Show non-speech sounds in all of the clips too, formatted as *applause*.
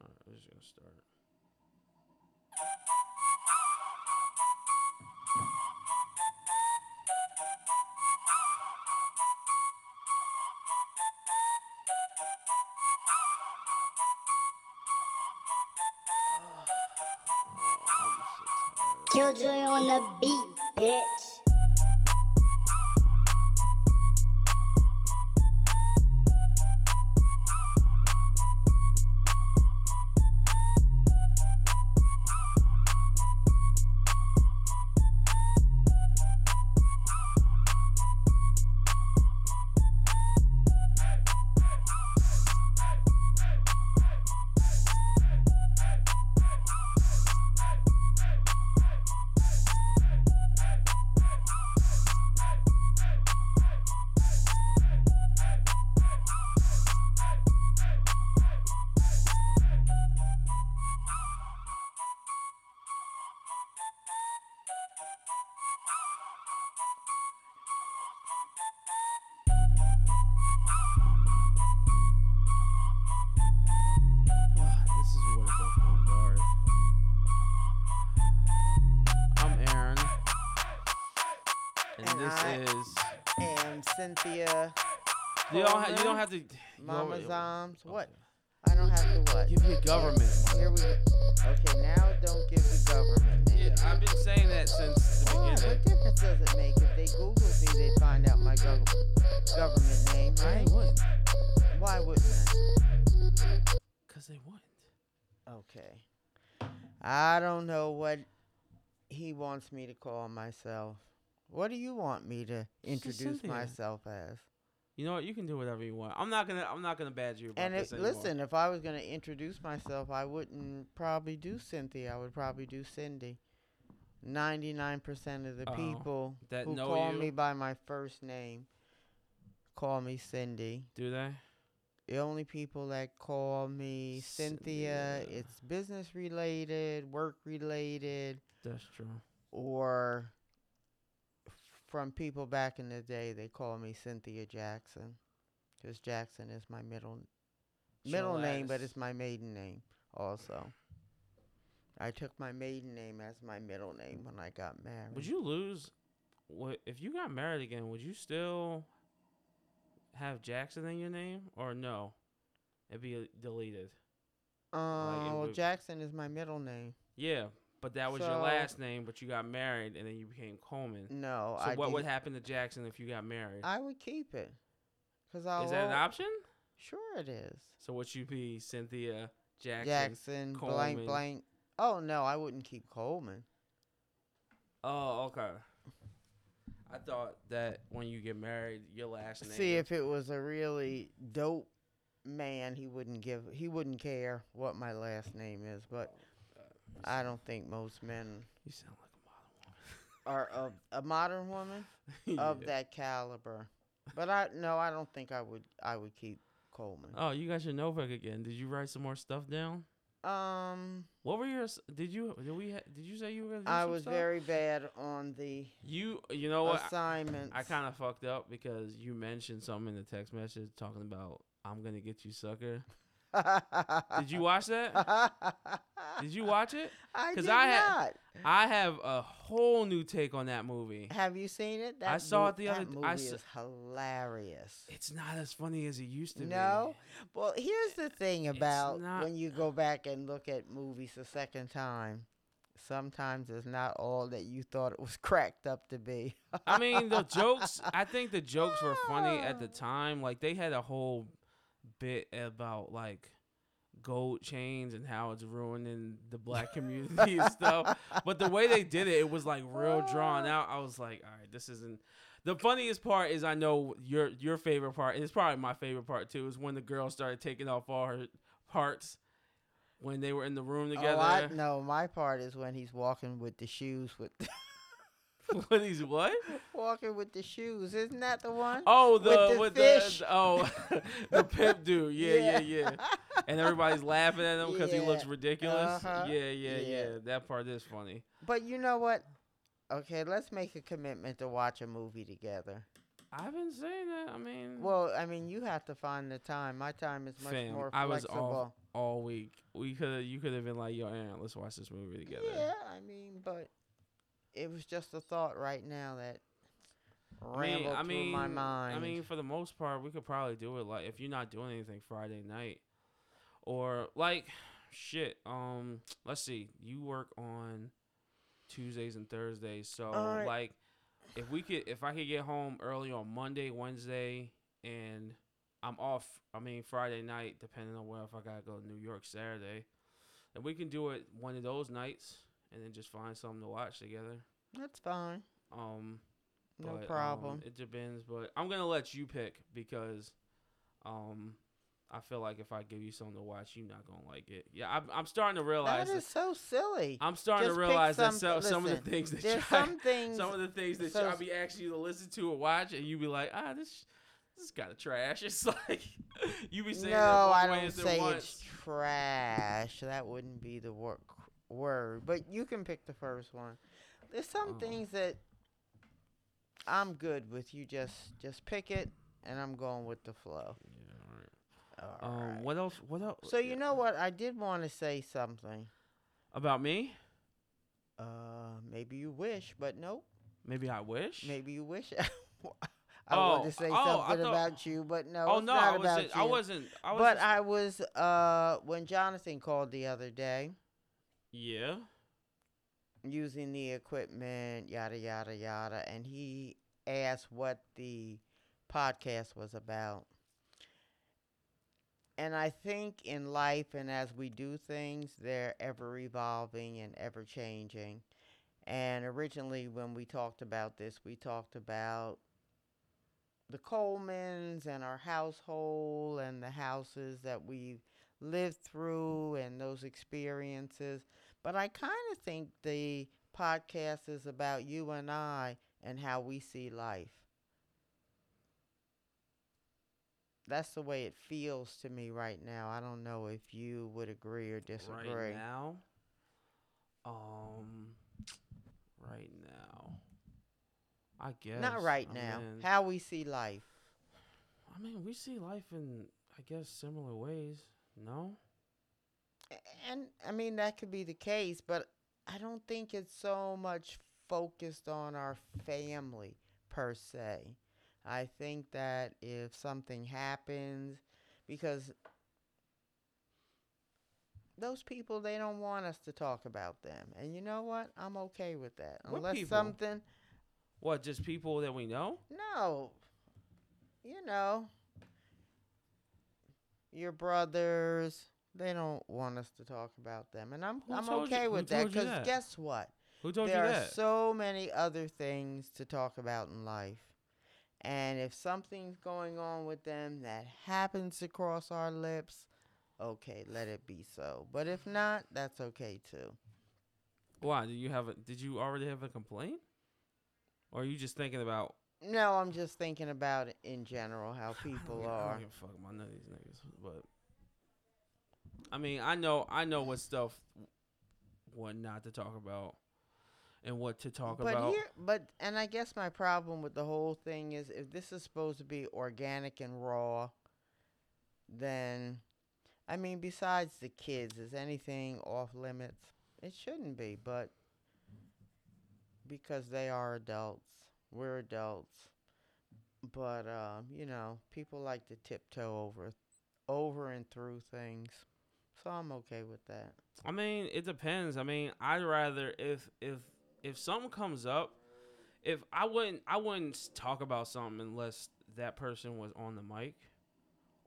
just gonna start. *sighs* Killjoy on the beat, bitch. *sighs* This is what the Boulevard. I'm Aaron, and, And this I- is. am Cynthia. You don't, ha- you Coleman. don't have to. *sighs* you Mama don't- Zoms. What? okay. I don't have to what? Give me a government. Here we go. Okay, now don't give the government name. Yeah, I've been saying that since the Why? beginning. what difference does it make if they Google me? They find out my gov- government name, right? wouldn't. Why wouldn't I? Because they wouldn't. Okay. I don't know what he wants me to call myself. What do you want me to It's just introduce Cynthia. myself as? You know what? You can do whatever you want. I'm not gonna. I'm not gonna badger you about And this if, anymore. listen, if I was going to introduce myself, I wouldn't probably do Cynthia. I would probably do Cindy. Ninety-nine percent of the Oh, people that who know call you? me by my first name call me Cindy. Do they? The only people that call me Cynthia, Cynthia. it's business related, work related, That's true. or from people back in the day, they call me Cynthia Jackson. Because Jackson is my middle middle Chill name, but ass. it's my maiden name also. I took my maiden name as my middle name when I got married. Would you lose? What if you got married again? Would you still have Jackson in your name or no? It'd be deleted. it Uh, well, would- Jackson is my middle name. Yeah, but that was your So- last name. But you got married and then you became Coleman. No, so I what would didn't- happen to Jackson if you got married? I would keep it. Cause I'll Is that an al- option? Sure, it is. So would you be Cynthia Jackson? Jackson, blank, Coleman. blank. Oh no, I wouldn't keep Coleman. Oh, okay. I thought that when you get married, your last name. See, if it was a really dope man, he wouldn't give. He wouldn't care what my last name is. But I don't think most men you sound like a are of a modern woman model woman. *laughs* of Yeah. that caliber. But I no, I don't think I would. I would keep Coleman. Oh, you got your Novak again. Did you write some more stuff down? Um, What were your? s- Did you? Did we? Ha- did you say you were? Gonna do I some was stuff? very bad on the You. You know what? Oh, I- assignments. I kind of fucked up because you mentioned something in the text message talking about I'm gonna get you, *laughs* sucker. Did you watch that? Did you watch it? I 'Cause did I had- not. I have a whole new take on that movie. Have you seen it? That saw it mov- the other that d- movie I is s- hilarious. It's not as funny as it used to be. No, well, here's the thing about not- when you go back and look at movies a second time. Sometimes it's not all that you thought it was *laughs* cracked up to be. I mean, the jokes. *laughs* I think the jokes were funny at Ah. the time. Like they had a whole bit about like gold chains and how it's ruining the *laughs* black community and stuff. But the way they did it, it was like real drawn Ah. out. I was like, all right, this isn't. The funniest part is I know your your favorite part, and it's probably my favorite part too, is when the girls started taking off all her parts when they were in the room Oh, I, together. no, my part is when he's walking with the shoes with *laughs* *laughs* what is what? walking with the shoes. Isn't that the one? Oh, *laughs* With the the with the, fish. the- oh *laughs* the pimp *laughs* dude. Yeah, yeah, yeah. And everybody's laughing at him because he looks Yeah. ridiculous. Uh-huh. Yeah, yeah, yeah, Yeah. That part is funny. *laughs* But you know what? Okay, let's make a commitment to watch a movie together. I've been saying that. I mean, Well, I mean, you have to find the time. My time is much Mm. Fam, more I flexible. was off. all week. We could have you could have been like, yo, Aaron, let's watch this movie together. Yeah, I mean, but it was just a thought right now that I mean- rambled I mean, through my mind. I mean, for the most part, we could probably do it like if you're not doing anything Friday night, or like, shit. Um, let's see. You work on Tuesdays and Thursdays, so Alright. like, if we could, if I could get home early on Monday, Wednesday, and I'm off. I mean, Friday night, depending on where if I gotta go to New York Saturday, then we can do it one of those nights, and then just find something to watch together. that's fine. Um. No But, um, problem. it depends, but I'm gonna let you pick because, um, I feel like if I give you something to watch, you're not gonna like it. Yeah, I'm, I'm starting to realize. that That is so silly. I'm *laughs* starting to Just pick realize that so, some- some of the listen, things that you There's some *laughs* things. some of the things that so- y'all be asking you to listen to or watch, and you be like, ah, this, this is kind of trash. *laughs* It's like you be saying that no, more I ways than don't say it's once. trash. That wouldn't be the wor- word. But you can pick the first one. There's some Oh. things that I'm good with. You just just pick it, and I'm going with the flow. Yeah, All all right. right. Um, what else? What else? So you know what? I did want to say something. about me? Uh, maybe you wish, but nope. Maybe I wish. Maybe you wish. *laughs* I want Oh, to say oh, I something thought- about you, but no. Oh it's no, not I about wasn't. I you. wasn't. I was but just- I was uh when Jonathan called the other day yeah. using the equipment, yada yada yada, and he asked what the podcast was about. And I think in life and as we do things, they're ever evolving and ever changing. And originally, when we talked about this, we talked about the Colemans and our household and the houses that we've lived through and those experiences. But I kind of think the podcast is about you and I and how we see life. That's the way it feels to me right now. I don't know if you would agree or disagree. right now. Um, right now, I guess Not right I now. Mean, How we see life. I mean, we see life in I guess similar ways. No, A- And I mean, that could be the case, but I don't think it's so much focused on our family per se. I think that if something happens, because those people, they don't want us to talk about them. And you know what? I'm okay with that. What Unless people? something, what? Just people that we know. no, you know, your brothers. They don't want us to talk about them, and I'm Who I'm told you- okay who with that told you because that? guess what? Who told there you are that? so many other things to talk about in life, and if something's going on with them that happens to cross our lips, okay, let it be so. But if not, that's okay too. Why? Did you have a? Did you already have a complaint? Or are you just thinking about? *sighs* No, I'm just thinking about it in general how I don't people give- I are. don't give a fuck about none of these niggas, but I mean, I know, I know what stuff, what not to talk about, and what to talk but about. here but and i guess my problem with the whole thing is if this is supposed to be organic and raw then i mean besides the kids is anything off limits it shouldn't be but because they are adults we're adults but um, you know people like to tiptoe over over and through things so i'm okay with that I mean, it depends. I mean, I'd rather if if if something comes up, if I wouldn't I wouldn't s- talk about something unless that person was on the mic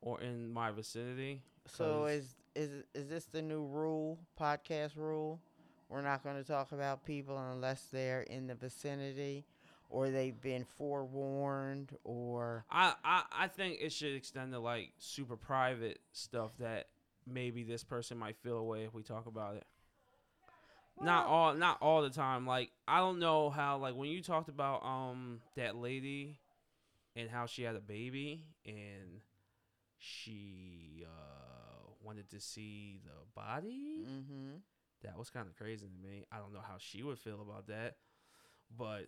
or in my vicinity. So 'cause- is is is this the new rule? Podcast rule? We're not going to talk about people unless they're in the vicinity, or they've been forewarned, or I, I I think it should extend to like super private stuff that maybe this person might feel away if we talk about it. not all not all the time. Like I don't know how like when you talked about um that lady and how she had a baby and she uh wanted to see the body. Mm-hmm. That was kind of crazy to me. I don't know how she would feel about that, but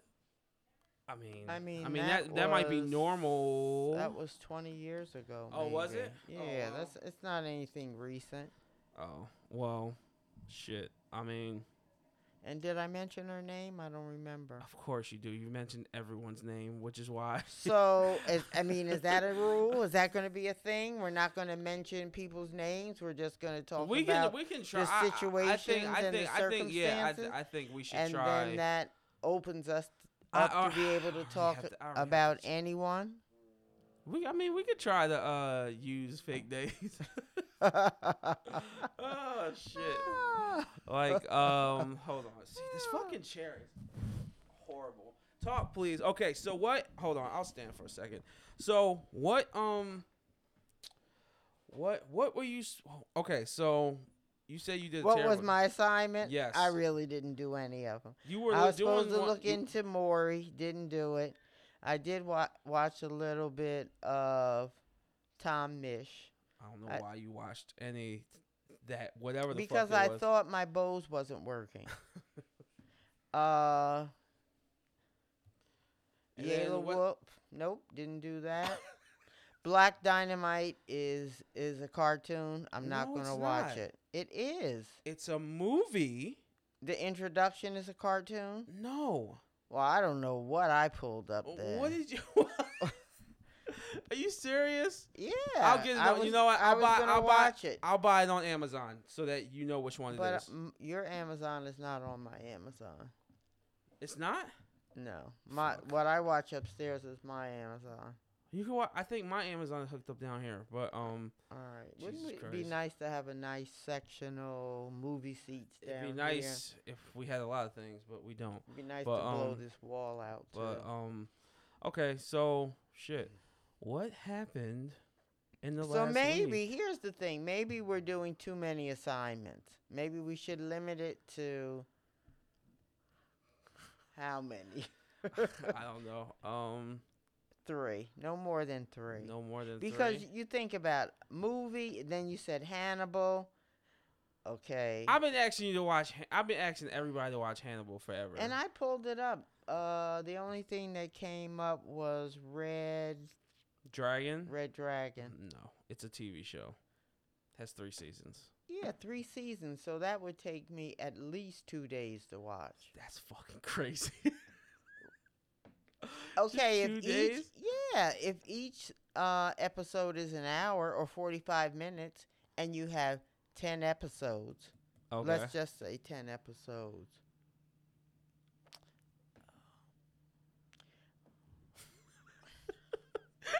I mean, I mean, I mean that that that, might be was- normal. That was 20 years ago. Oh, was maybe. it? Oh, Yeah, wow. that's it's not anything recent. Oh well, shit. I mean, And did I mention her name? I *laughs* don't remember. of course you do. You mentioned everyone's name, which is why. *laughs* So, is, I mean, is that a rule? Is that going to be a thing? We're not going to mention people's names. We're just going to talk we about can we can try. I- I- I situations think I and the think I think yeah. I, th- circumstances, I think we should and try. then that opens us I- oh, up I- to be able *sighs* I to already talk have to- I already have about to- anyone. we I mean we could try to uh use fake days. *laughs* *laughs* oh shit. *laughs* Like, um, hold on. See, *sighs* this fucking chair is horrible. Talk, please. Okay, so what? Hold on. I'll stand for a second. So what? Um, what? What were you? s- oh, Okay, so you said you did. what tarot was one. my assignment? Yes. I really didn't do any of them. You were I was doing supposed to one- look you- into Maury. Didn't do it. I did wa- watch a little bit of Tom Mish I don't know I- why you watched any that whatever the because fuck it I was. thought my Bose wasn't working. *laughs* uh, And then Yellow what- Whoop. Nope, didn't *laughs* do that. Black Dynamite is is a cartoon. I'm not No, going to it's watch not. it. It is. It's a movie. The introduction is a cartoon. No. Well, I don't know what I pulled up there. What did you? *laughs* Are you serious? Yeah, I'll get it. I on- you was- know what? I I'll was buy. gonna I'll watch buy it, I'll buy it on Amazon so that you know which one but it uh, is. m- your Amazon is not on my Amazon. it's not. No, my Fuck. what I watch upstairs is my Amazon. You can. Watch, I think my Amazon is hooked up down here, but um, All right, wouldn't Jesus it be Christ. nice to have a nice sectional movie seats down it'd be here? nice if we had a lot of things, but we don't. It'd be nice but, to blow um, this wall out. Too. But um, okay. So shit, what happened in the so last? week? maybe here's the thing: maybe we're doing too many assignments. Maybe we should limit it to how many? *laughs* *laughs* I don't know. Um, three, no more than three. no more than Because three. you think about movie, then you said Hannibal. Okay. I've been asking you to watch. Han- I've been asking everybody to watch Hannibal forever. and I pulled it up. Uh, the only thing that came up was Red Dragon. Red Dragon. No, it's a TV show. Has three seasons. Yeah, three seasons. So that would take me at least two days to watch. That's fucking *laughs* crazy. Okay, two if each days? yeah, if each uh episode is an hour or forty five minutes, and you have ten episodes, okay. let's just say ten episodes.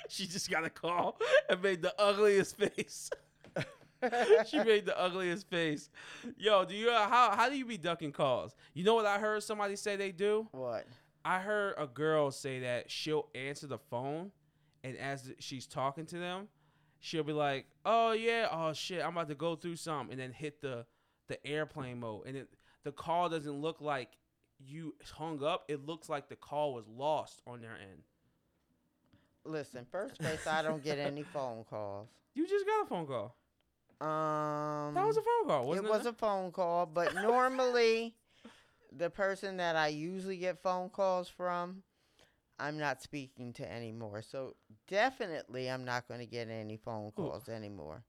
she just got a call and made the ugliest *laughs* face. *laughs* she made the ugliest face. Yo, do you uh, how how do you be ducking calls? You know what I heard somebody say they do? What? I heard a girl say that she'll answer the phone, and as she's talking to them, she'll be like, "Oh yeah, oh shit, I'm about to go through something," and then hit the the airplane mode, and it, the call doesn't look like you hung up. It looks like the call was lost on their end. Listen, first place, I don't get any phone calls. You just got a phone call. Um, That was a phone call. it Wasn't it? was a phone call, *laughs* but normally, the person that I usually get phone calls from, I'm not speaking to anymore. So definitely, I'm not going to get any phone Who? calls anymore.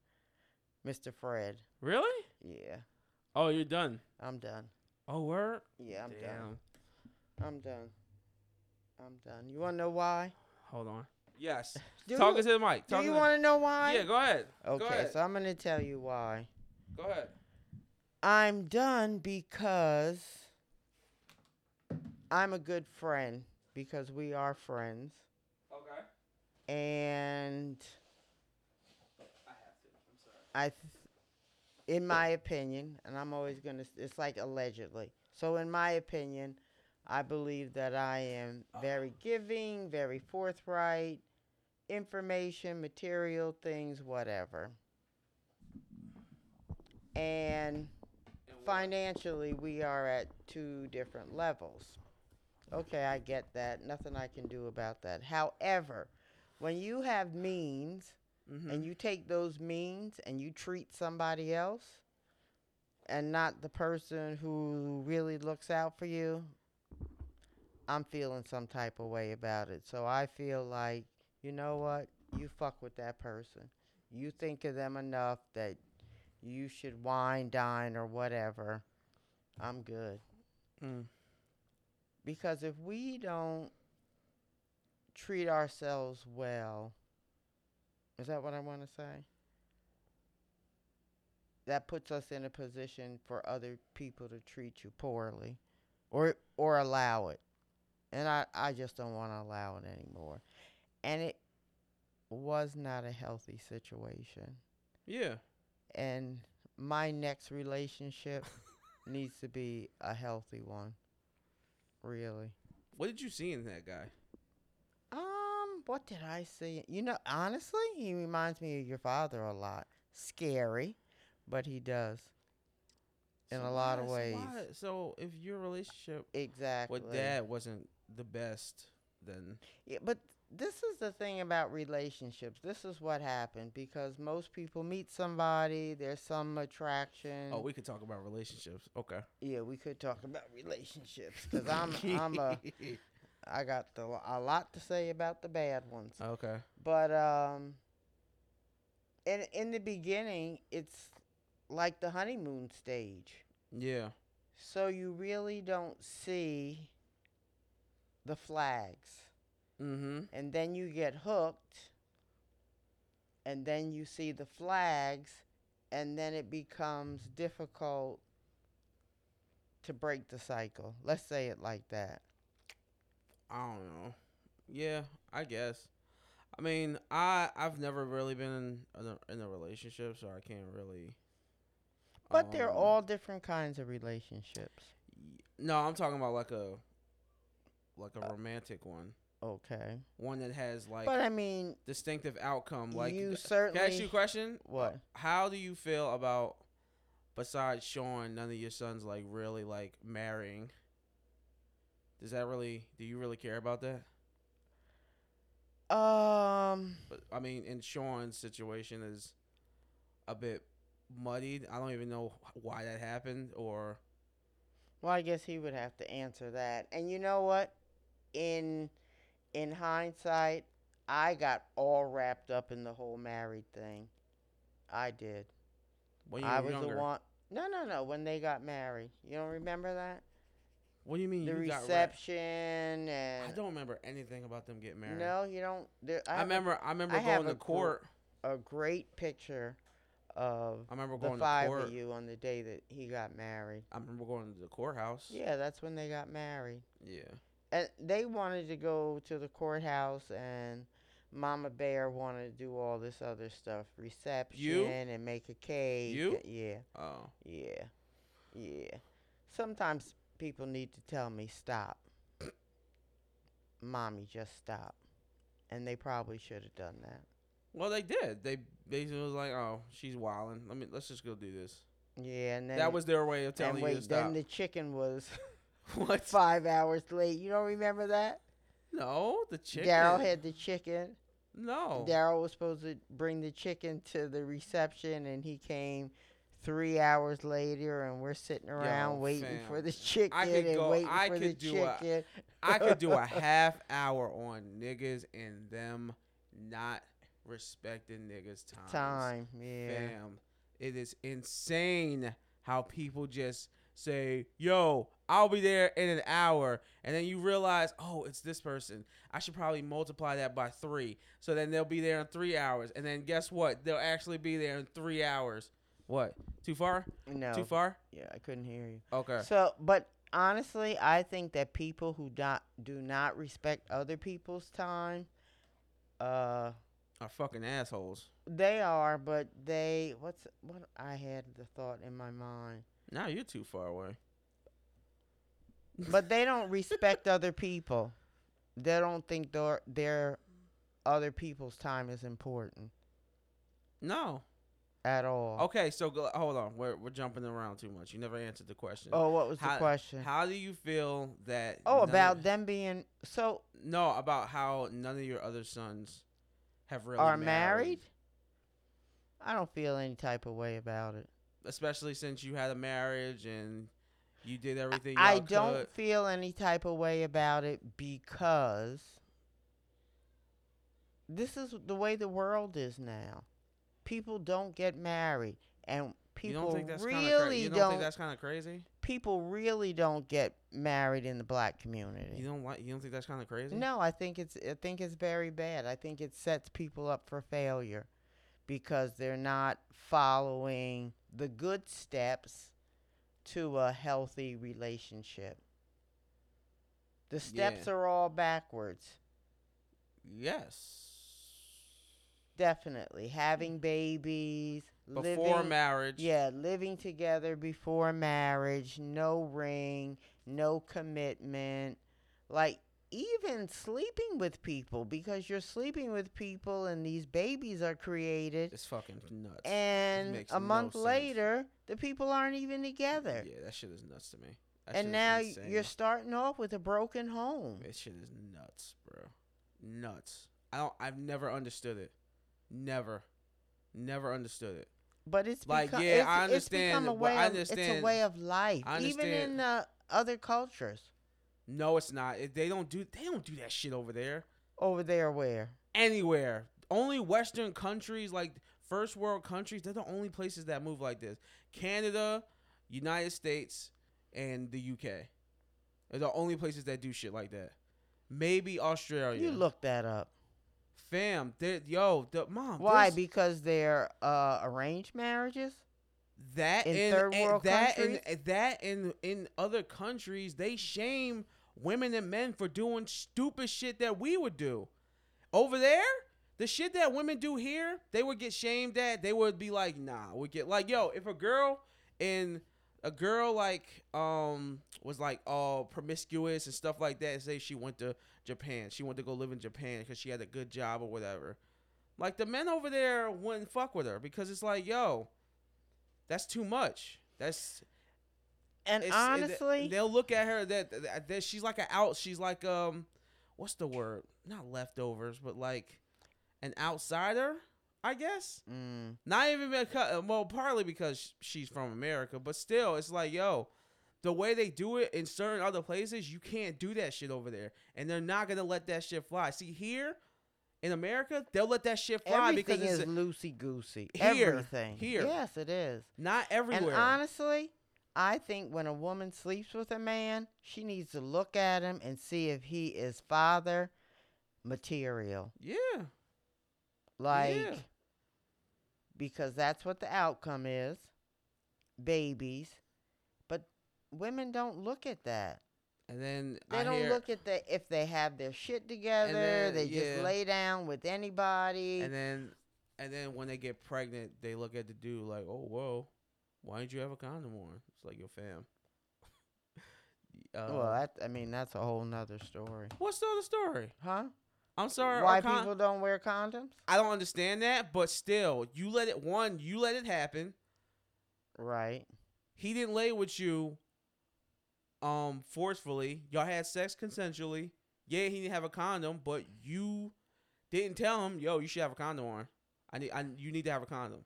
Mr. Fred, really? yeah, Oh, you're done. I'm done. Oh, word. Yeah, I'm done. Damn. I'm done. I'm done. You want to know why? Hold on. Yes. *laughs* Do Talking you, to the mic. do Talking you to the- want to know why? Yeah, go ahead. okay, Go ahead. so I'm going to tell you why. Go ahead. I'm done because I'm a good friend because we are friends Okay. and I have to. I'm sorry. I th- in my opinion and I'm always going to it's like allegedly. So in my opinion, I believe that I am Uh-huh. very giving, very forthright, information, material things, whatever. And And what- financially we are at two different levels. Okay, I get that. Nothing I can do about that. However, when you have means Mhm. and you take those means and you treat somebody else and not the person who really looks out for you, I'm feeling some type of way about it. So I feel like, you know what? You fuck with that person. You think of them enough that you should wine, dine, or whatever, I'm good. Mm. Because if we don't treat ourselves well, is that what I want to say? That puts us in a position for other people to treat you poorly or or allow it. And I, I just don't want to allow it anymore. And it was not a healthy situation. Yeah. And my next relationship needs to be a healthy one. Really. What did you see in that guy? Um, what did I see? You know, honestly, he reminds me of your father a lot. Scary, but he does. In a lot of why- so ways. why- so if your relationship Exactly. with dad wasn't the best, then Yeah, but this is the thing about relationships. This is what happened because most people meet somebody, there's some attraction. oh, we could talk about relationships. Okay. yeah, we could talk about relationships cuz *laughs* I'm I'm a I got the, a lot to say about the bad ones. okay. But um in in the beginning, it's like the honeymoon stage. Yeah. So you really don't see the flags. Mm-hmm. and then you get hooked and then you see the flags and then it becomes difficult to break the cycle let's say it like that I don't know. Yeah, I guess. I mean, I I've never really been in a, in a relationship, so I can't really. but they're um, all different kinds of relationships y- No, I'm talking about like a like a romantic one, okay one that has like but i mean distinctive outcome. Like, you th- certainly can I ask you a question? what How do you feel about besides Sean, none of your sons like really like marrying? Does that really? Do you really care about that? um But I mean, and Sean's situation is a bit muddied. I don't even know why that happened or well i guess he would have to answer that and you know what in in hindsight i got all wrapped up in the whole married thing i did when you I were was younger. the one. No, no, no. When they got married, you don't remember that? What do you mean? the you got ra- reception and I don't remember anything about them getting married. no, you don't. There, I, I, have a- remember. I remember I have going to a cool- court. a, great picture of I remember the going to five court. of you on the day that he got married. I remember going to the courthouse. Yeah, that's when they got married, Yeah. and they wanted to go to the courthouse and. Mama Bear wanted to do all this other stuff, reception and make a cake. You? Yeah. Oh. Yeah. Yeah. Sometimes people need to tell me, stop. Mommy, just stop. And they probably should have done that. Well, they did. They basically was like, "Oh, she's wilding. Let me. Let's just go do this." Yeah, and then that was their way of and telling wait, you to stop. then the chicken was *laughs* *laughs* what? five hours late. You don't remember that? No, the chicken. Daryl had the chicken. no. Daryl was supposed to bring the chicken to the reception, and he came three hours later, and we're sitting around waiting fam. for the chicken could and go- waiting I for the could do a- chicken. I could do a half hour on niggas and them not respecting niggas' times. time. Yeah. Fam. It is insane how people just say, yo, I'll be there in an hour. And then you realize, oh, it's this person. I should probably multiply that by three. So then they'll be there in three hours. And then guess what? They'll actually be there in three hours. What? Too far? No. Too far? Yeah, I couldn't hear you. Okay. So, but honestly, I think that people who do, do not respect other people's time, uh, Are fucking assholes. they are, but they what's what I had the thought in my mind, Now you're too far away. but they don't respect other people. They don't think their their other people's time is important No. at all. Okay, so go, hold on. We're, we're jumping around too much. You never answered the question. Oh, what was the How- question? How do you feel that? oh, none about of- them being so No, about how none of your other sons have really are married. I don't feel any type of way about it. especially since you had a marriage and you did everything. I y'all don't could. feel any type of way about it because this is the way the world is now. People don't get married and you don't people think that's kind of cra- really you don't, think don't. that's kind of crazy? people really don't get married in the black community. You don't like you don't think that's kind of crazy? No, I think it's I think it's very bad. I think it sets people up for failure because they're not following the good steps to a healthy relationship. The steps Yeah. are all backwards. Yes. Definitely having babies, Mm. Before living, marriage. yeah, living together before marriage, no ring, no commitment. Like even sleeping with people because you're sleeping with people and these babies are created It's fucking nuts. and makes a no month sense. later the people aren't even together. Yeah, that shit is nuts to me. That shit and is now insane. you're starting off with a broken home. This shit is nuts, bro. Nuts. I don't. I've never understood it. Never, never understood it. But it's Like, become, yeah, it's, I it's become understand, a but way I of, It's a understand- way of life, I even understand. in uh, other cultures No, it's not. It- They don't do. They don't do that shit over there. over there. Where Anywhere. Only Western countries, like first world countries, they're the only places that move like this. Canada, United States, and the UK. They're the only places that do shit like that. Maybe Australia. you look that up. fam. they- Yo, the mom. Why? there's- Because they're uh, arranged marriages. that in in, third and world that countries? in that in in other countries they shame women and men for doing stupid shit that we would do over there the shit that women do here they would get shamed at they would be like nah we get like yo if a girl in a girl like um was like all promiscuous and stuff like that say she went to japan she wanted to go live in japan because she had a good job or whatever like the men over there wouldn't fuck with her because it's like yo that's too much. That's And it's- it- honestly, they'll look at her that, that, that she's like an out. She's like um, what's the word? Not leftovers, but like an outsider, I guess. mm, Not even because uh, well, partly because sh- she's from America, but still, it's like yo, the way they do it in certain other places, you can't do that shit over there, and they're not gonna let that shit fly. See here. In America, they'll let that shit fly everything because it's is loosey goosey. Here, Everything. here. Yes, it is. not everywhere. And honestly, I think when a woman sleeps with a man, she needs to look at him and see if he is father material. yeah, Like, because that's what the outcome is babies. But women don't look at that. and then They I don't hear- look at the if they have their shit together. then, they just yeah. lay down with anybody. And then and then when they get pregnant, they look at the dude like, "Oh, whoa, why didn't you have a condom on?" It's like your fam. *laughs* uh, well, that, I mean that's a whole nother story, what's the other story? huh? I'm sorry, Why are con- people don't wear condoms? I don't understand that, but still, you let it one, you let it happen. Right. He didn't lay with you, um, forcefully. Y'all had sex consensually. Yeah, he didn't have a condom, but you didn't tell him, "Yo, you should have a condom on." I need, I, you need to have a condom.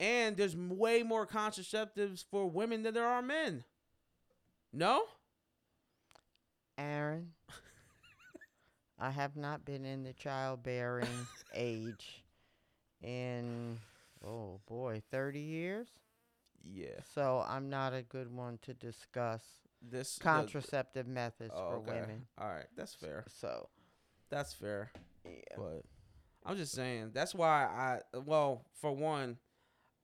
And there's m- way more contraceptives for women than there are men. No, *laughs* Aaron, I have not been in *laughs* the childbearing age in, oh boy, 30 years. yeah, So I'm not a good one to discuss this the- contraceptive methods oh, for okay. women. All right, that's fair. So, That's fair. yeah. But I'm just saying that's why I well for one,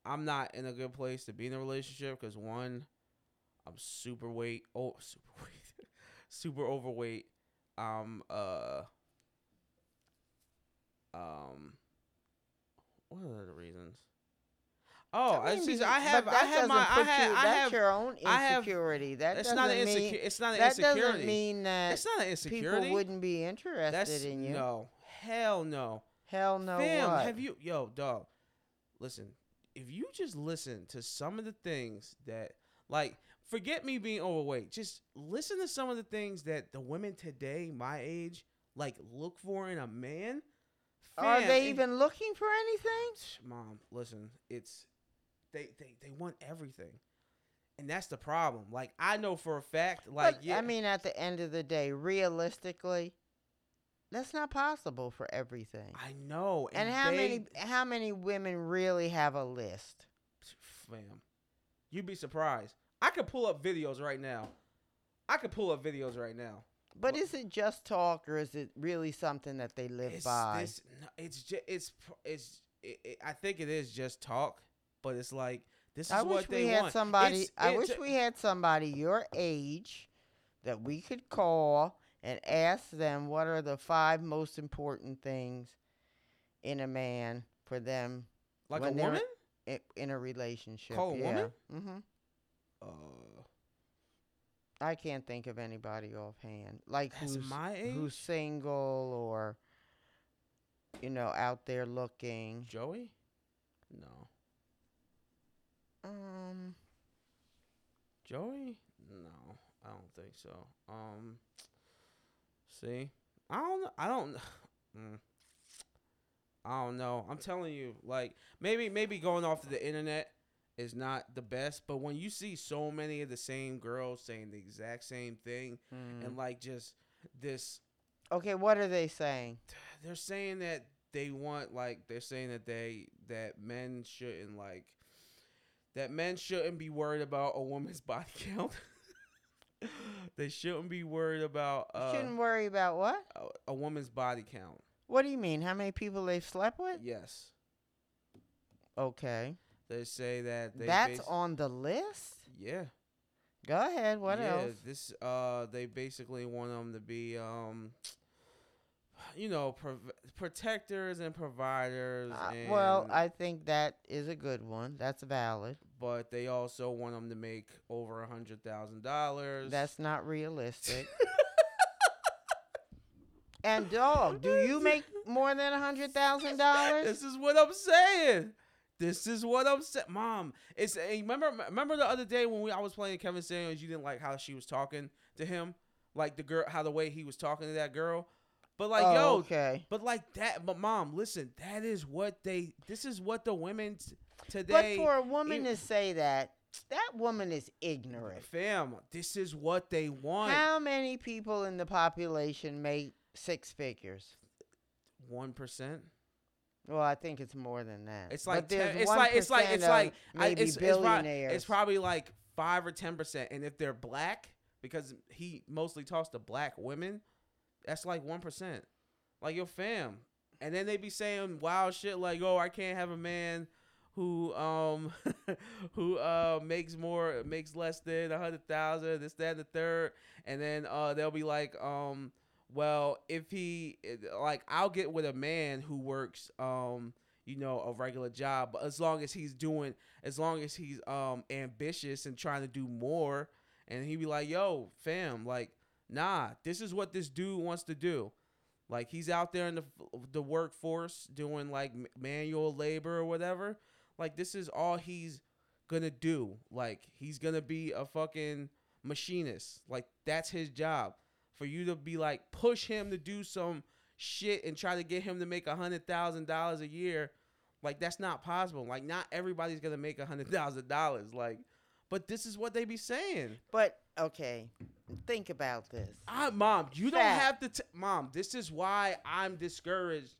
I'm not in a good place to be in a relationship because one, I'm super weight oh *laughs* super weight super overweight. I'm uh um what are the reasons? Oh, I, mean, see, because- I but have I that have my doesn't I put have you- I that's have your own I have- insecurity. That it's doesn't not an mean insecure it's not an that doesn't insecurity. mean that That's not an insecurity. people wouldn't be interested that's in you. no hell no. Hell no. Fam, what? have you yo, dog, listen, if you just listen to some of the things that like forget me being overweight, just listen to some of the things that the women today, my age, like look for in a man. Are Fam, they it- even looking for anything? mom, listen, it's they, they they want everything. And that's the problem. Like I know for a fact, like but, yeah, I mean, at the end of the day, realistically, that's not possible for everything. I know. and how they- many how many women really have a list? F- fam. You'd be surprised. I could pull up videos right now. I could pull up videos right now. But Well- is it just talk, or is it really something that they live It's by? this. no, It's just. It's. pr- It's. It, it, I think it is just talk, but it's like this is I what wish they we had want. somebody. It's- I it's- wish we had somebody your age that we could call and ask them what are the five most important things in a man for them like a when they're- woman. i- in a relationship. Call a woman? Mm-hmm. Uh, I can't think of anybody offhand, like that's who's my age. who's single or you know out there looking. Joey? No. Um, Joey? No, I don't think so. Um, see, I don't, I don't, *sighs* mm, I don't know. I'm telling you, like maybe, maybe going off the internet is not the best, but when you see so many of the same girls saying the exact same thing, mm. and like just this, okay, what are they saying? they're saying that they want like they're saying that they that men shouldn't like that men shouldn't be worried about a woman's *laughs* body count. they shouldn't be worried about You uh, shouldn't worry about what. a, a woman's body count. What do you mean? How many people they've slept with? Yes, Okay. they say that they That's basi- on the list? yeah. Go ahead. What yeah, else? This uh, they basically want them to be um, you know, prov- protectors and providers. Uh, and well, I think that is a good one. That's valid. but they also want them to make over a hundred thousand dollars. *laughs* That's not realistic. and dog, do you make more than a hundred thousand dollars? This is what I'm saying. This is what I'm saying, Mom. It's eh, remember remember the other day when we I was playing Kevin Samuels. You didn't like how she was talking to him, like the girl, how the way he was talking to that girl. But like, Oh, yo, okay. but like that. But Mom, listen, that is what they. This is what the women t- But today. for a woman you- to say that, that woman is ignorant. fam, this is what they want. How many people in the population make six figures? One percent. Well, I think it's more than that. It's But like there's ten, it's like it's like 1% it's of like I- maybe it's, it's, probably, billionaires. it's probably like five or ten percent, and if they're black, because he mostly talks to black women, that's like one percent, like your fam, and then they be saying wild shit like, oh, I can't have a man who um *laughs* who uh makes more makes less than a hundred thousand, this that and the third, and then uh they'll be like um well if he like I'll get with a man who works um you know a regular job but as long as he's doing as long as he's um ambitious and trying to do more and he be like yo fam like nah this is what this dude wants to do like he's out there in the the workforce doing like m- manual labor or whatever like this is all he's gonna do like he's gonna be a fucking machinist like that's his job for you to be like push him to do some shit and try to get him to make a hundred thousand dollars a year like that's not possible like not everybody's gonna make a hundred thousand dollars like but this is what they be saying But okay, think about this. I, mom, you don't Fact. have to. T- mom, this is why I'm discouraged.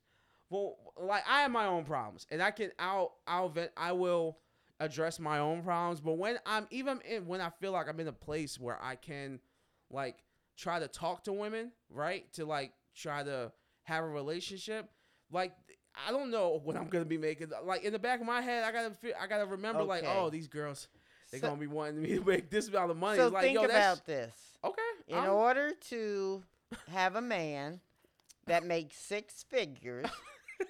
Well, like I have my own problems, and I can I'll I'll vent, I will address my own problems. But when I'm even in when I feel like I'm in a place where I can, like, try to talk to women, right? To like try to have a relationship, like. I don't know what I'm gonna be making. Like in the back of my head, I gotta, feel, I gotta remember, like, Okay. oh, these girls, they So- gonna be wanting me to make this amount of money. so It's like, think yo, that's about this. okay. In I'm- order to have a man *laughs* that makes six figures,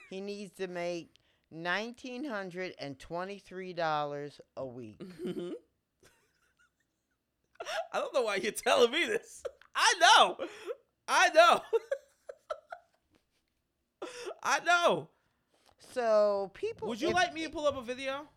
he needs to make nineteen hundred and twenty-three dollars a week. Mhm. *laughs* I don't know why you're telling me this. I know. I know. *laughs* I know. So people, Would you if- like me to pull up a video?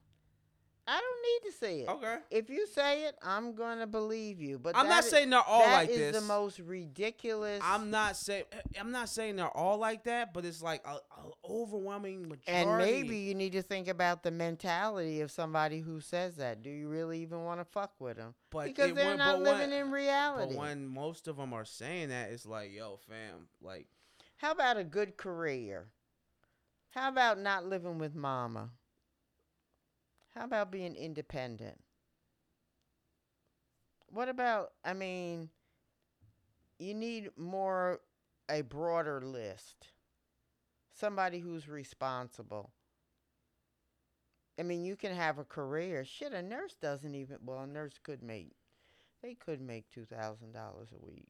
I don't need to say it. Okay. If you say it, I'm gonna believe you. But I'm that not is- saying they're all that like is this. the most ridiculous. I'm not saying I'm not saying they're all like that, but it's like a, a overwhelming majority. And maybe you need to think about the mentality of somebody who says that. Do you really even want to fuck with them? but Because it they're went- not but living when, in But reality. when most of them are saying that, it's like, yo, fam, like, How about a good career? How about not living with mama? How about being independent? What about, I mean, you need more, a broader list. Somebody who's responsible. I mean, you can have a career. Shit, a nurse doesn't even, well, a nurse could make, they could make $2,000 a week.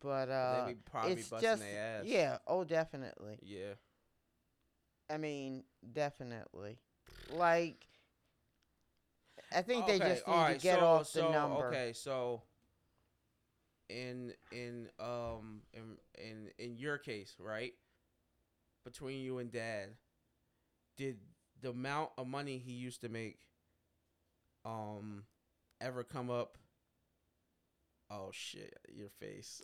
But, uh, they be probably it's busting just, their ass. yeah, oh, definitely. Yeah. I mean, definitely. Like, I think they just need alright, to get so- off so, the number. Okay, so in in um in in in your case, right? Between you and dad, did the amount of money he used to make um ever come up? Oh shit, your face.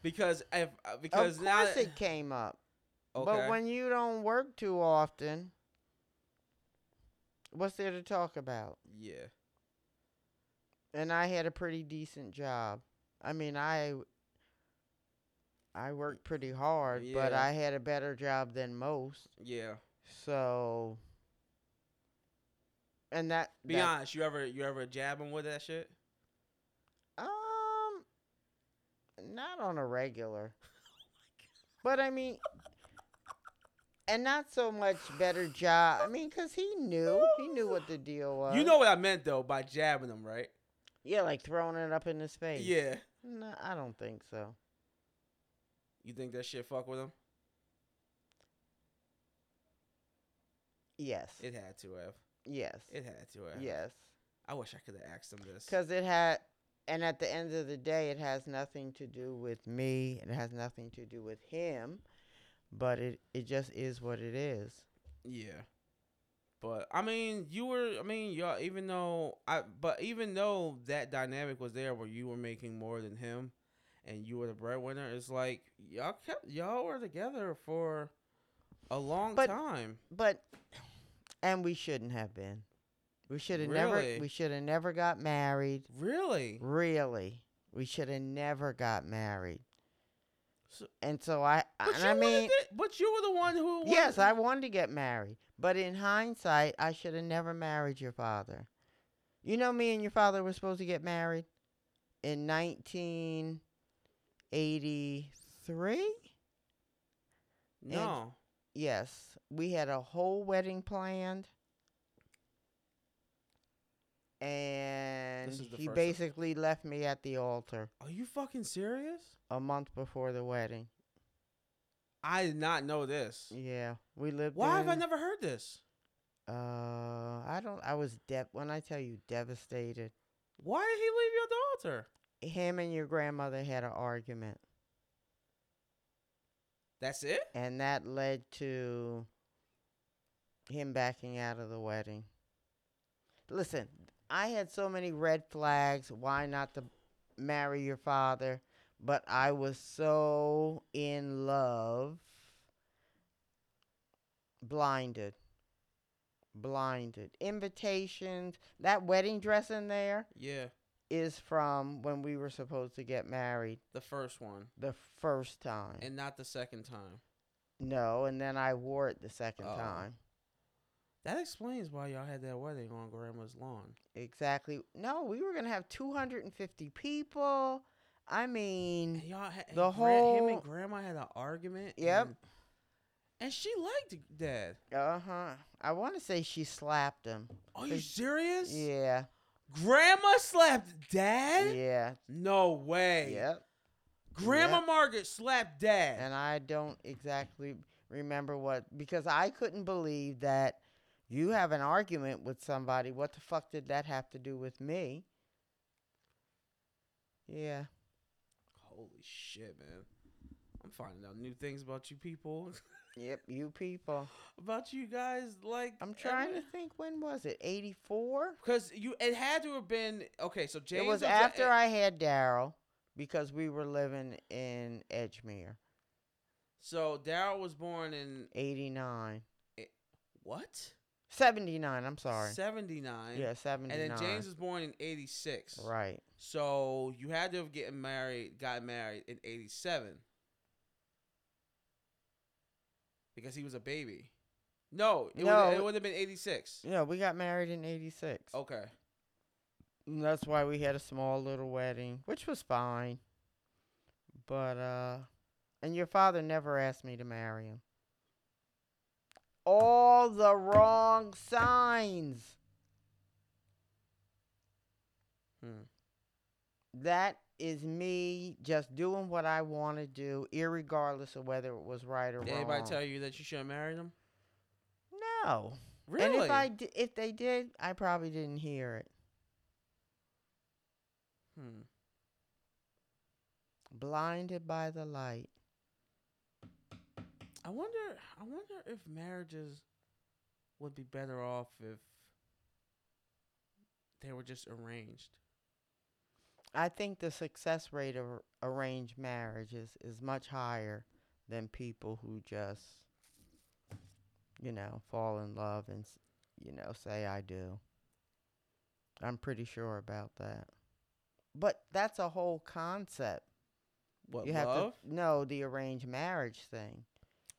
Because if uh, because of now course, that- it came up. okay. But when you don't work too often, what's there to talk about? yeah. And I had a pretty decent job. I mean, I I worked pretty hard, but Yeah. I had a better job than most. Yeah. So, and that Be that- honest, you ever you ever jab him with that shit? Um, not on *laughs* a regular. Oh But I mean, and not so much better job. I mean, cause he knew he knew what the deal was. You know what I meant though by jabbing him, right? yeah, like throwing it up in his face. Yeah. no, I don't think so. You think that shit fuck with him? Yes, It had to have. yes, It had to have. yes. I wish I could have asked him this. Cause it had, and at the end of the day, it has nothing to do with me. It has nothing to do with him. But it it just is what it is. Yeah. But I mean, you were. I mean, y'all. Even though I, but even though that dynamic was there, where you were making more than him, and you were the breadwinner, it's like y'all kept y'all were together for a long But- time. but and we shouldn't have been. We should have never Really? we should have never got married. Really? Really. We should have never got married. So- and so I But and you I were the mean di- but you were the one who. wanted yes, to- I wanted to get married, but in hindsight, I should have never married your father. You know me and your father were supposed to get married in 1983? No. Yes, we had a whole wedding planned. And is the first he of- basically left me at the altar Are you fucking serious? a month before the wedding. I did not know this. Yeah, we lived. Why have I in- never heard this? Uh, I don't. I was de- when I tell you devastated. Why did he leave you at the altar? Him and your grandmother had an argument, That's it? and that led to him backing out of the wedding. Listen, I had so many red flags. Why not to marry your father? But I was so in love, blinded, blinded. Invitations. That wedding dress in there Yeah, is from when we were supposed to get married the first one, the first time. and not the second time. no, and then I wore it the second Oh. time. That explains why y'all had that wedding on Grandma's lawn. Exactly. No, we were gonna have 250 people. I mean. And y'all had The the whole him whole- and Grandma had an argument. Yep. And, and she liked Dad. Uh huh. I want to say she slapped him. Are you They- serious? Yeah. Grandma slapped Dad. Yeah. No way. Yep. Grandma Yep. Margaret slapped Dad. And I don't exactly remember what because I couldn't believe that you have an argument with somebody. What the fuck did that have to do with me? Yeah. Holy shit, man! I'm finding out new things about you people, Yep. You people. about you guys. Like I'm trying every- to think. When was it? 84. Because you, it had to have been okay. So James it was a- eh, after I had Daryl because we were living in Edgemere. So Daryl was born in 89. what? 79. I'm sorry. Seventy nine. Yeah, 79. And then James was born in eighty six. Right. So you had to have gotten married, got married in eighty seven, because he was a baby. No, it No, would it- it would have been 86. Yeah, we got married in '86. Okay. And Mm, that's why we had a small little wedding, which was fine. But uh and your father never asked me to marry him. All the wrong signs. Hmm. That is me just doing what I want to do, irregardless of whether it was right or Did wrong. anybody tell you that you should have married him? No. Really? And if I d- if they did, I probably didn't hear it. hmm. Blinded by the light. I wonder. I wonder if marriages would be better off if they were just arranged. I think the success rate of ar- arranged marriages is much higher than people who just, you know, fall in love and, s you know, say, I do. I'm pretty sure about that. But that's a whole concept. What you have love? to know the arranged marriage thing.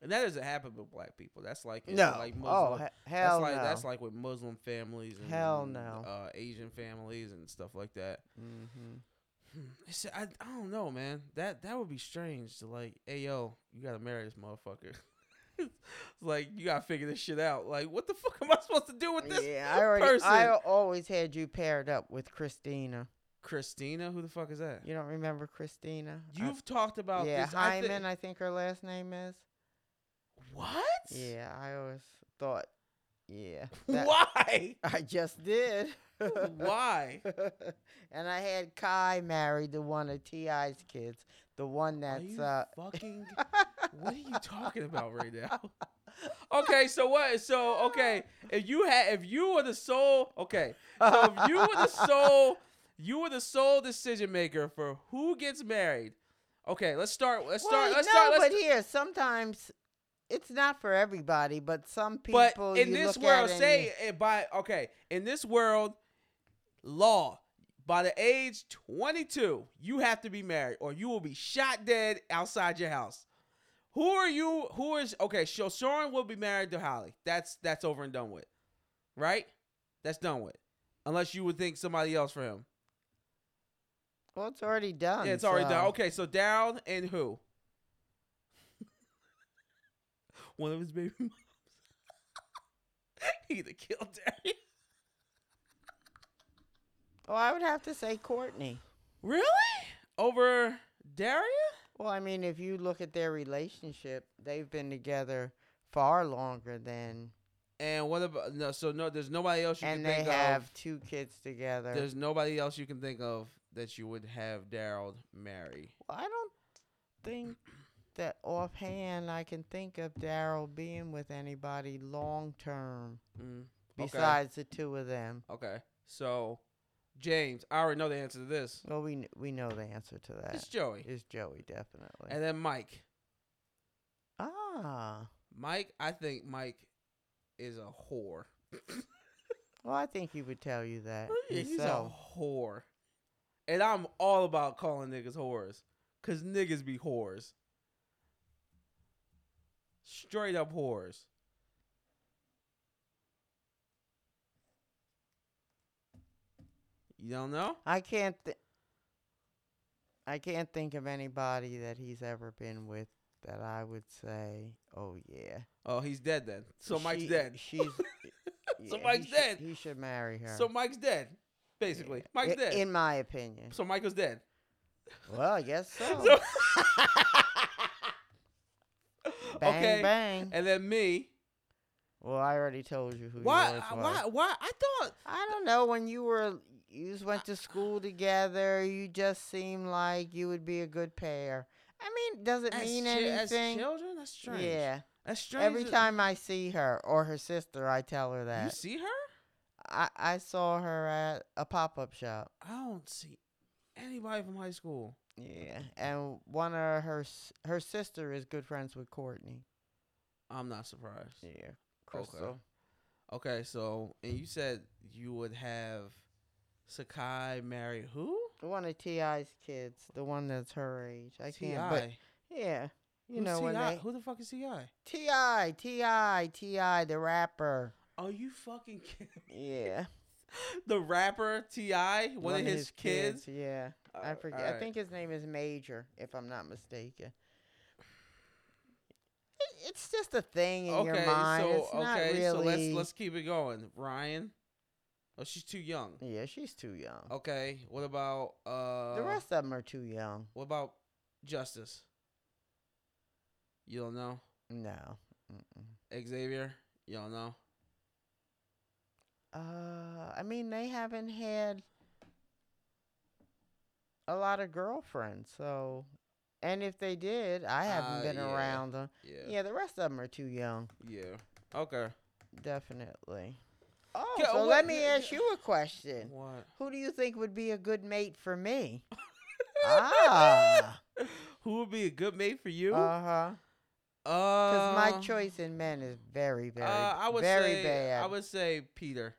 and that doesn't happen with black people. That's like in, like Muslim. oh, he- hell that's like no. that's like with Muslim families. And, Hell no. Uh, Asian families and stuff like that. hmm Hmm, It's, I, I don't know, man. That that would be strange to like, hey yo, you gotta marry this motherfucker. *laughs* like you gotta figure this shit out. Like what the fuck am I supposed to do with this Yeah, I already. person? I always had you paired up with Christina. Christina, who the fuck is that? You don't remember Christina? I You've talked about yeah, this. I Hyman, thi- I, think her last name is. what? *laughs* Yeah, I always thought. Yeah. that- *laughs* Why? I just did. Why? *laughs* and I had Kai married the one of Ti's kids, the one Are that's you uh. *laughs* fucking. what are you talking about right now? Okay, so what? So okay, if you had, if you were the sole, okay, *laughs* so if you *laughs* were the sole, you were the sole decision maker for who gets married. Okay, let's start. Let's well, start. Let's no, start. Let's but here sometimes it's not for everybody, but some people. but in you this look at world, and say you- it by okay, in this world, law by the age 22, you have to be married or you will be shot dead outside your house. Who are you? Who is okay? So Shawn will be married to Holly. That's that's over and done with, right? That's done with, unless you would think somebody else for him. well, it's already done. Yeah, it's um, already done. so- Okay, so down and who? *laughs* One of his baby moms. *laughs* he either killed Darius. Well, Oh, I would have to say Courtney. Really? Over Daria? Well, I mean, if you look at their relationship, they've been together far longer than, And what about no? So no, there's nobody else you can and they think have of. two kids together. There's nobody else you can think of that you would have Daryl marry. Well, I don't think that offhand I can think of Daryl being with anybody long term Mm, okay. besides the two of them. Okay. So, James, I already know the answer to this. Well, we kn- we know the answer to that. It's Joey, It's Joey definitely. and then Mike. ah, Mike, I think Mike is a whore. well, I think he would tell you that He's himself. a whore. And I'm all about calling niggas whores. Cause niggas be whores. Straight up whores. You don't know? I can't. Th- I can't think of anybody that he's ever been with that I would say, "Oh yeah." Oh, he's dead then. *laughs* So Mike's She- dead. She's. yeah, he Mike's should- dead. He should marry her. So Mike's dead. Basically. Yeah. Mike's I- dead. In my *laughs* opinion. so Michael's dead. Well, I guess so. So- *laughs* bang, okay. bang. And then me. well, I already told you who Why? uh, yours was. Why? Why? I thought I don't know. When you were, you just went to school together. You just seemed like you would be a good pair. I mean, does it as, mean chi- as anything? children, that's strange. Yeah. that's strange. Every that- time I see her or her sister, I tell her you that. see her, I, I saw her at a pop up shop. I don't see anybody from high school. Yeah, and one of her s- her sister is good friends with Courtney. I'm not surprised. Yeah, Crystal. Okay, so and you said you would have Sakai marry who? One of Ti's kids, the one that's her age. I Ti. can't. But yeah, You know when T.I.? they Who the fuck is Ti? Ti Ti Ti the *laughs* rapper. Are you fucking kidding? *laughs* me? Yeah, The rapper Ti, one, of his, kids. Yeah, I Uh, forget. I alright. think his name is Major, if I'm not mistaken. It- It's just a thing in your mind. it's not really. so let's let's keep it going. Ryan, oh, she's too young. Yeah, she's too young. Okay, what about Oh, uh? the rest of them are too young. What about Justice? You don't know No. Mm-mm. Xavier. You don't know. Uh, I mean, they haven't had a lot of girlfriends, so. And if they did, I haven't Uh, been yeah. around them. Yeah. Yeah, the rest of them are too young, Yeah. Okay. definitely. Oh, Yeah, so what- let me yeah, ask yeah. you a question. What? Who do you think would be a good mate for *laughs* me? ah, Who would be a good mate for you? uh Uh, huh. Because my choice in men is very, very, uh, I would very say, bad. I would say Peter.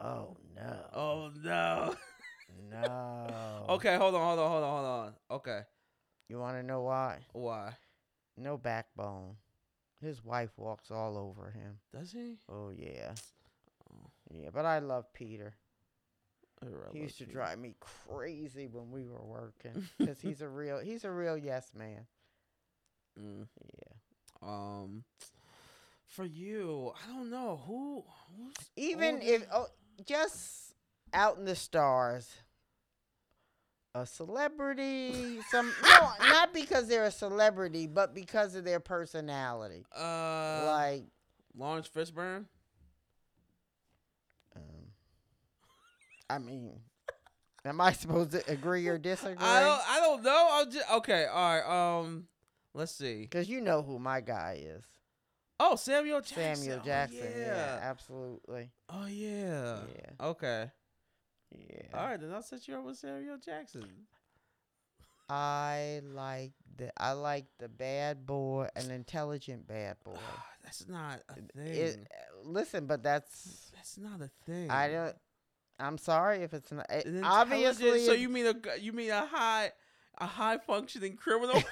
oh Oh. no, Oh no. no. *laughs* okay, hold on, hold on, hold on, hold on. Okay, You want to know why? why? No backbone. His wife walks all over him. Does he? Oh yeah, Oh. yeah. But I love Peter. I love He used to you. drive me crazy when we were working because he's a real he's a real yes *laughs* man. Mm. Yeah. Um, for you, I don't know who. Who's Even older? if oh, just out in the stars, a celebrity, *laughs* some no, not because they're a celebrity, but because of their personality. uh, like Lawrence Fishburne. Um, I mean, am I supposed to agree or disagree? I don't. I don't know. I'm just okay. All right. Um, let's see. Because you know who my guy is Oh, Samuel Jackson. Samuel Oh, Jackson. yeah. yeah. absolutely. Oh yeah. Yeah. Okay. Yeah. All right. Then I'll set you up with Samuel Jackson. I like the I like the bad boy, an intelligent bad boy. Ah, that's not a thing. It, uh, listen, but that's that's not a thing. I don't. I'm sorry if it's not. it- An intelligent- obviously, *laughs* So it- you *laughs* mean a g- you mean a high a high functioning *laughs* criminal?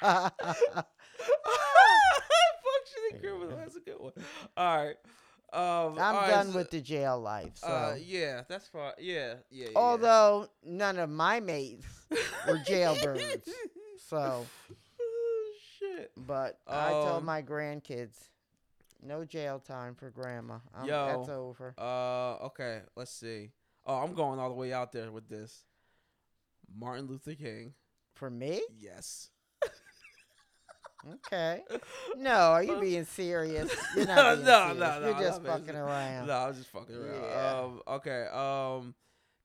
*laughs* functioning criminal. That's a good one. All right. Um, I'm done with the jail life. So. Uh, yeah, that's fine. Yeah, yeah. yeah. Although none of my mates were *laughs* jailbirds. so, Oh, shit. but I tell Um, my grandkids, no jail time for grandma. i that's over. Uh, okay. Let's see. Oh, I'm going all the way out there with this. Martin Luther King. For *laughs* me? Yes. Okay. No, are you being serious? You're not being No, no, serious. no, You're I'm just not being fucking serious. around. No, I was just fucking around. Yeah. Um, okay. Um,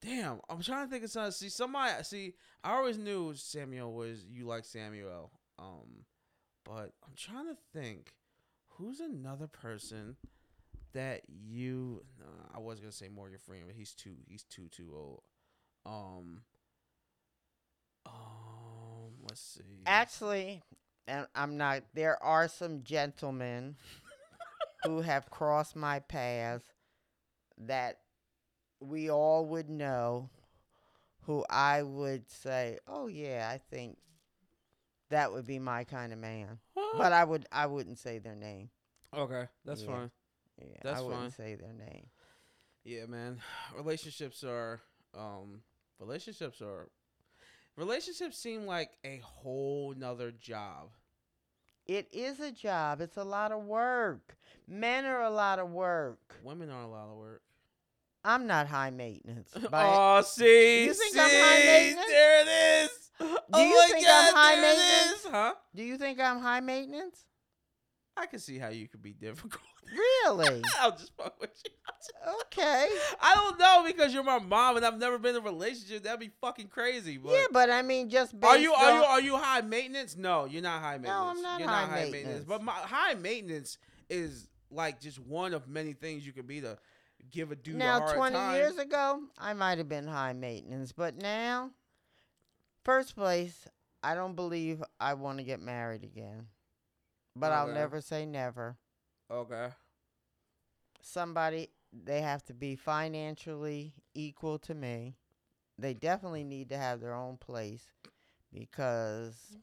damn, I'm trying to think of something. See, somebody. See, I always knew Samuel was you like Samuel. Um, but I'm trying to think, who's another person that you? Nah, I was gonna say Morgan Freeman, but he's too he's too too old. Um. Um. Let's see. *gasps* Actually, and I'm not. There are some gentlemen who have crossed my path that we all would know, who I would say, "Oh yeah, I think that would be my kind of man." But I would, I wouldn't say their name. okay, that's Yeah. fine. Yeah, I That's wouldn't say their name. Yeah, man. Relationships are um relationships are relationships seem like a whole nother job. It is a job. It's a lot of work. Men are a lot of work. Women aren't allowed to work. I'm not high maintenance. By oh, see, You think see, I'm high maintenance? there it is. oh you my think God, I'm high there it maintenance? is, Huh? Do you think I'm high maintenance? I can see how you could be difficult. *laughs* Really? I'll just fuck with you. okay. I don't know because you're my mom and I've never been in a relationship. That'd be fucking crazy. But yeah, but I mean, just based Are you are you on- are you high maintenance? No, you're not high No, I'm maintenance. not you're high not high maintenance. maintenance. But my high maintenance is like just one of many things you could be to give a dude a now hard 20 time. years ago, I might have been high maintenance, but now, first place, I don't believe I want to get married again. But I'll Okay. never say never. Okay. Somebody they have to be financially equal to me. they definitely need to have their own place because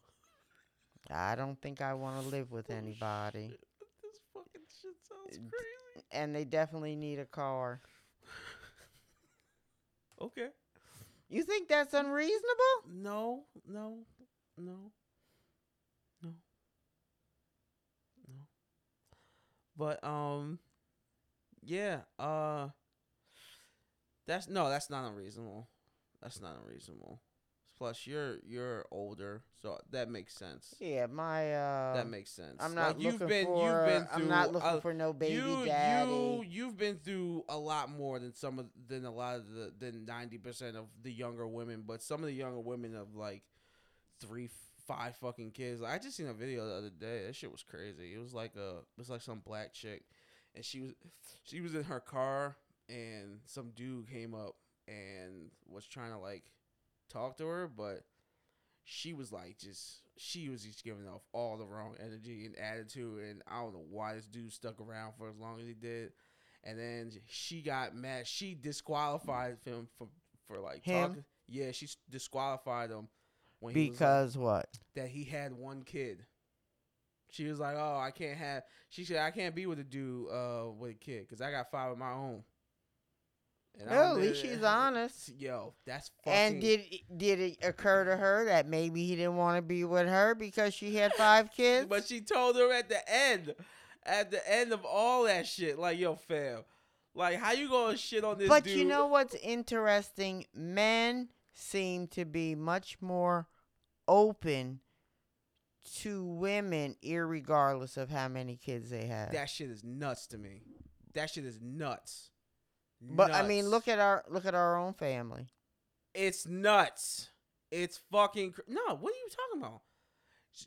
I don't think I want to live Oh, with anybody. *laughs* This fucking shit sounds D- crazy. And they definitely need a car. Okay. You think that's unreasonable? No, no, no, no, no. But um, yeah. Uh, that's no, that's not unreasonable. That's not unreasonable. Plus, you're you're older, so that makes sense. Yeah, my uh that makes sense. I'm not Like, you've looking been for you've been through I'm not looking a- for no baby you, daddy. You you've been through a lot more than some of than a lot of the than ninety percent of the younger women, but some of the younger women of like three five fucking kids. Like, I just seen a video the other day. That shit was crazy. It was like a it was like some black chick and she was she was in her car and some dude came up and was trying to like talk to her, but she was like just she was just giving off all the wrong energy and attitude and I don't know why this dude stuck around for as long as he did. And then she got mad. She disqualified him for for like Him? talking. Yeah, she s- disqualified him when he was like- because what? that he had one kid. She was like, "Oh, I can't have." She said, "I can't be with a dude uh, with a kid because I got five of my own." And I Well, at don't- least *laughs* she's honest. Yo, that's fucking. And did it- did it occur to her that maybe he didn't want to be with her because she had five kids? But she told her at the end, at the end of all that shit, like, "Yo, fam, like, how you gonna shit on this?" But dude? you know what's interesting? Men seem to be much more open to women, irregardless of how many kids they have. that shit is nuts to me. That shit is nuts. but I mean, Nuts. look at our look at our own family. It's nuts. It's fucking cr- no. What are you talking about? Sh-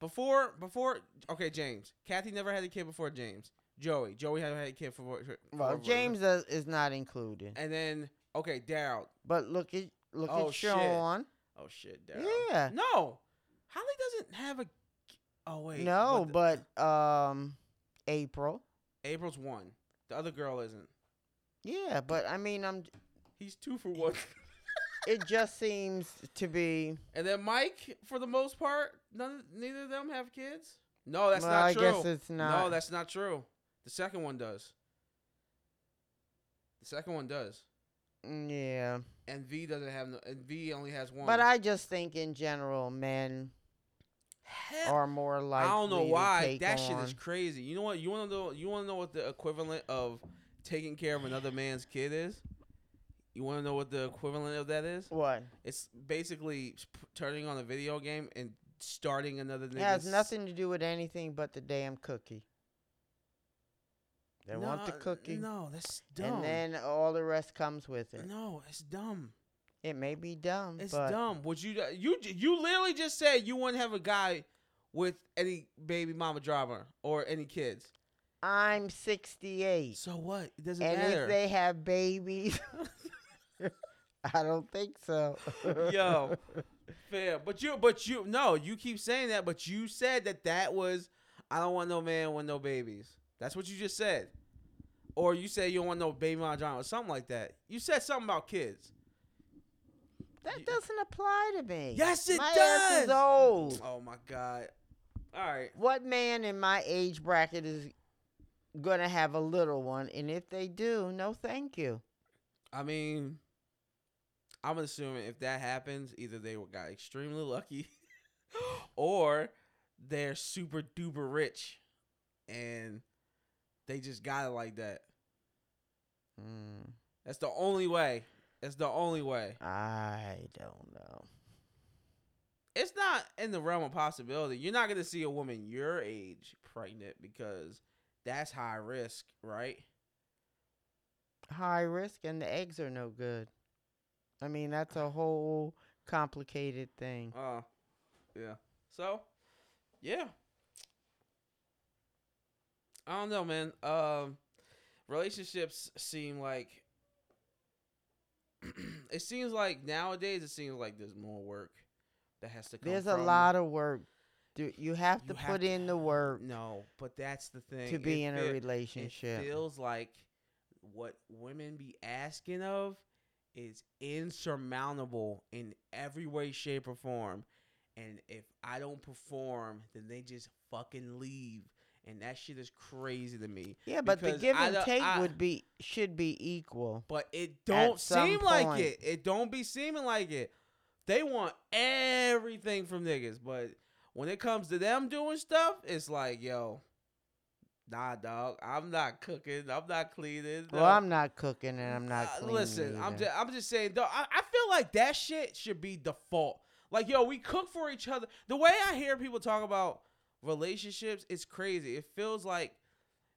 Before, before, okay, James. Kathy never had a kid before James. Joey, Joey had had a kid before. before- Well, James does, is not included. And then okay, Daryl. But look at look Oh, at shit. Sean. Oh shit, Daryl. Yeah. No, Holly doesn't have a. Oh wait. no, the- but um, April. April's one. The other girl isn't. Yeah, but I mean, I'm. He's two for one. *laughs* It just seems to be. and then Mike, for the most part, none. Neither of them have kids. No, that's well, not I true. guess it's not. No, that's not true. The second one does. The second one does. Mm, yeah. And V doesn't have no. And V only has one. But I just think in general, men Hell, are more I likely. don't know to why take that shit on- is crazy. You know what? You want to know? You want to know what the equivalent of taking care of another man's kid is? You want to know what the equivalent of that is? What? It's basically s- p- turning on a video game and starting another. It has nigga's- nothing to do with anything but the damn cookie. They want the No, cookie, No, that's dumb. and then all the rest comes with it. no, it's dumb. It may be dumb, It's but dumb. Would you uh, you you literally just said you wouldn't have a guy with any baby mama driver or any kids. I'm 68. So what? It doesn't and matter. if they have *laughs* babies, I don't think so. Yo. Fair, but you but you no, you keep saying that, but you said that that was I don't want no man with no babies. That's what you just said. Or you said you don't want no baby mama driver or something like that. You said something about kids. *laughs* that doesn't apply to me. Yes, it My Ass does. is old. Oh my god. All right. What man in my age bracket is gonna have a little one? And if they do, no, thank you. I mean, I'm assuming if that happens, either they were- got extremely lucky, *laughs* or they're super duper rich, and they just got it like that. Mm, That's the only way. That's the only way. I don't know. It's not in the realm of possibility. You're not gonna see a woman your age pregnant because that's high risk, right? High risk, and the eggs are no good. I mean, that's a whole complicated thing. Uh, yeah. So, yeah. I don't know, man. Um, relationships seem like *clears throat* it seems like nowadays it seems like there's more work that has to come. There's from- a lot of work. Do you have to You have put to- in the work No, but that's the thing. to be It in feel- a It relationship? feels like what women be asking of is insurmountable in every way, shape, or form. And if I don't perform, then they just fucking leave. And that shit is crazy to me. Yeah, but the Because give I and don't- take I- would be should be equal. But it don't some seem like point. it. It don't be seeming like it. They want everything from niggas, but when it comes to them doing stuff, it's like, yo, nah, dog, I'm not cooking, I'm not cleaning. Well, no. I'm not cooking and I'm not Uh, cleaning. listen, I'm either. just, I'm just saying though. I, I feel like that shit should be default. Like yo, we cook for each other. The way I hear people talk about relationships, it's crazy. It feels like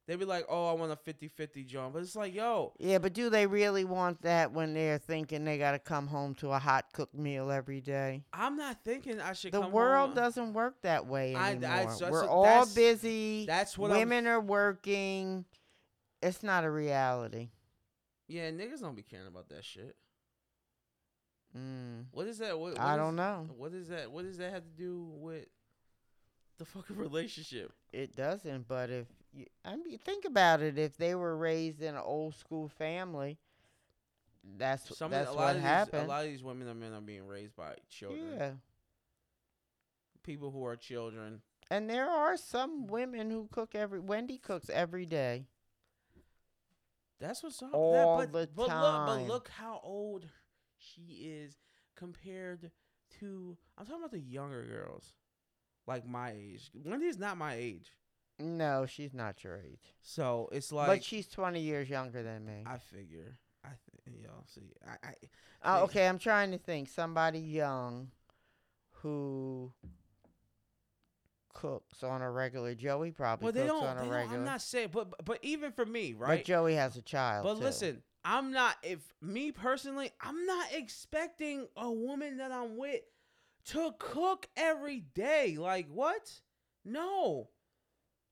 they be like, oh, I want a 50-50 joint, but it's like, yo, Yeah, but do they really want that when they're thinking they got to come home to a hot cooked meal every day? I'm not thinking I should. The come world home. doesn't work that way I- I- anymore. so- We're so all that's- busy. That's what I'm. Women are working. It's not a reality. Yeah, niggas don't be caring about that shit. Mm. What is that? What, I what don't is- know. What is that? What does that have to do with the fucking *laughs* relationship? It doesn't, but if you, I mean, think about it, if they were raised in an old school family, that's Some that's of, the- a lot what of These, happened. a lot of these women and men are being raised by children. yeah, People who are children. and there are some women who cook every. Wendy cooks every day. That's what's up. All that, but, the but look, time. but look how old she is compared to. I'm talking about the younger girls, like my age. Wendy is not my age, No, she's not your age, so it's like. but she's twenty years younger than me. I figure. I th- y'all see. I, I Oh, think- okay, I'm trying to think. Somebody young who cooks on a regular. Joey probably well, they cooks don't. on a they don't- regular. I'm not saying, but but- but even for me, right? But Joey has a child. But too. listen, I'm not. If me personally, I'm not expecting a woman that I'm with to cook every day. Like what? No,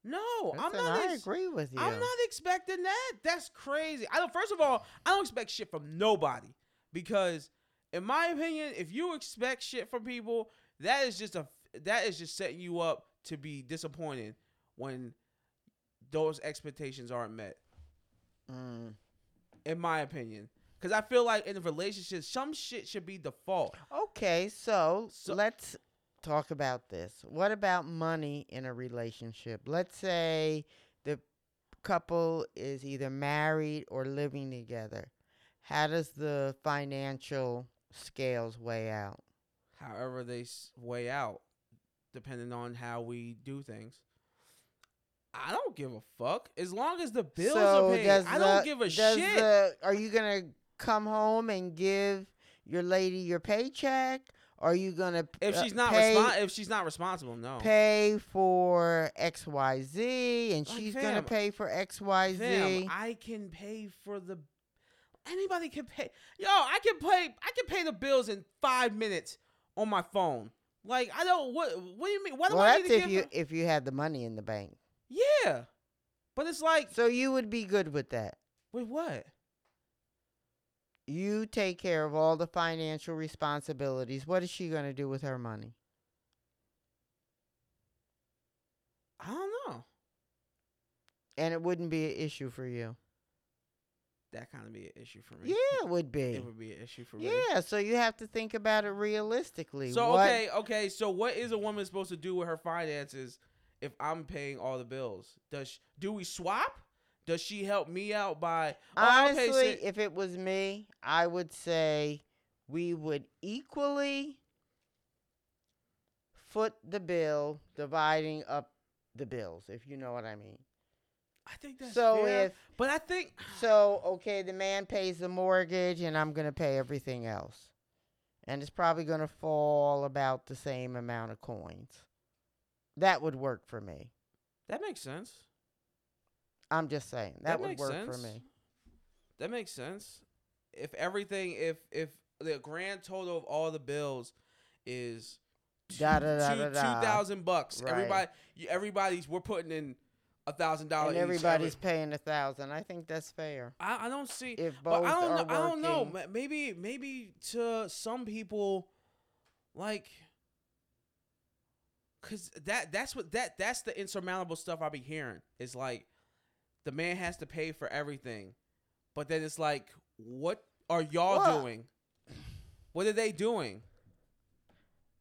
no. I'm Listen, not. I ex- agree with you. I'm not expecting that. That's crazy. I don't. First of all, I don't expect shit from nobody because, in my opinion, if you expect shit from people, that is just a that is just setting you up to be disappointed when those expectations aren't met. Mm. In my opinion, because I feel like in a relationship, some shit should be default. Okay, so, So- let's talk about this. What about money in a relationship? Let's say the couple is either married or living together. How does the financial scales weigh out? However, they s- weigh out depending on how we do things. I don't give a fuck. As long as the bills are paid, does I don't the- give a does shit. the- are you gonna come home and give your lady your paycheck? Are you gonna If uh, she's not pay, respon if she's not responsible, no. pay for X Y Z, and Like, she's gonna fam, pay for X Y Fam, Z? I can pay for the. Anybody can pay. Yo, I can pay. I can pay the bills in five minutes on my phone. Like I don't. What What do you mean? Why do Well, I need that's to if give? you her- if you had the money in the bank. yeah, but it's like So you would be good with that. with what? You take care of all the financial responsibilities. What is she gonna do with her money? I don't know. And it wouldn't be an issue for you. That kind of be an issue for me. Yeah, it would be. *laughs* it would be an issue for me. Yeah, so you have to think about it realistically. So What- okay, okay. So what is a woman supposed to do with her finances if I'm paying all the bills? Does sh- do we swap? Does she help me out by oh, I'll pay honestly, si- if it was me, I would say we would equally foot the bill, dividing up the bills, if you know what I mean. I think that's so fair, if- but I think So okay, the man pays the mortgage, and I'm gonna pay everything else, and it's probably gonna fall about the same amount of coins. That would work for me. that makes sense. I'm just saying that, would makes work for sense. me. That makes sense. If everything, if if the grand total of all the bills is two Da da da da two- da. 2,000 bucks, Right. everybody, you- everybody's we're putting in a thousand dollars. and everybody's paying a thousand. I think that's fair. I, I don't see. If both But I don't know. are I don't know. working, ma- Maybe maybe to some people, like, cause that that's what that that's the insurmountable stuff I be hearing. It's like the man has to pay for everything, but then it's like what. are y'all Well- doing? What are they doing?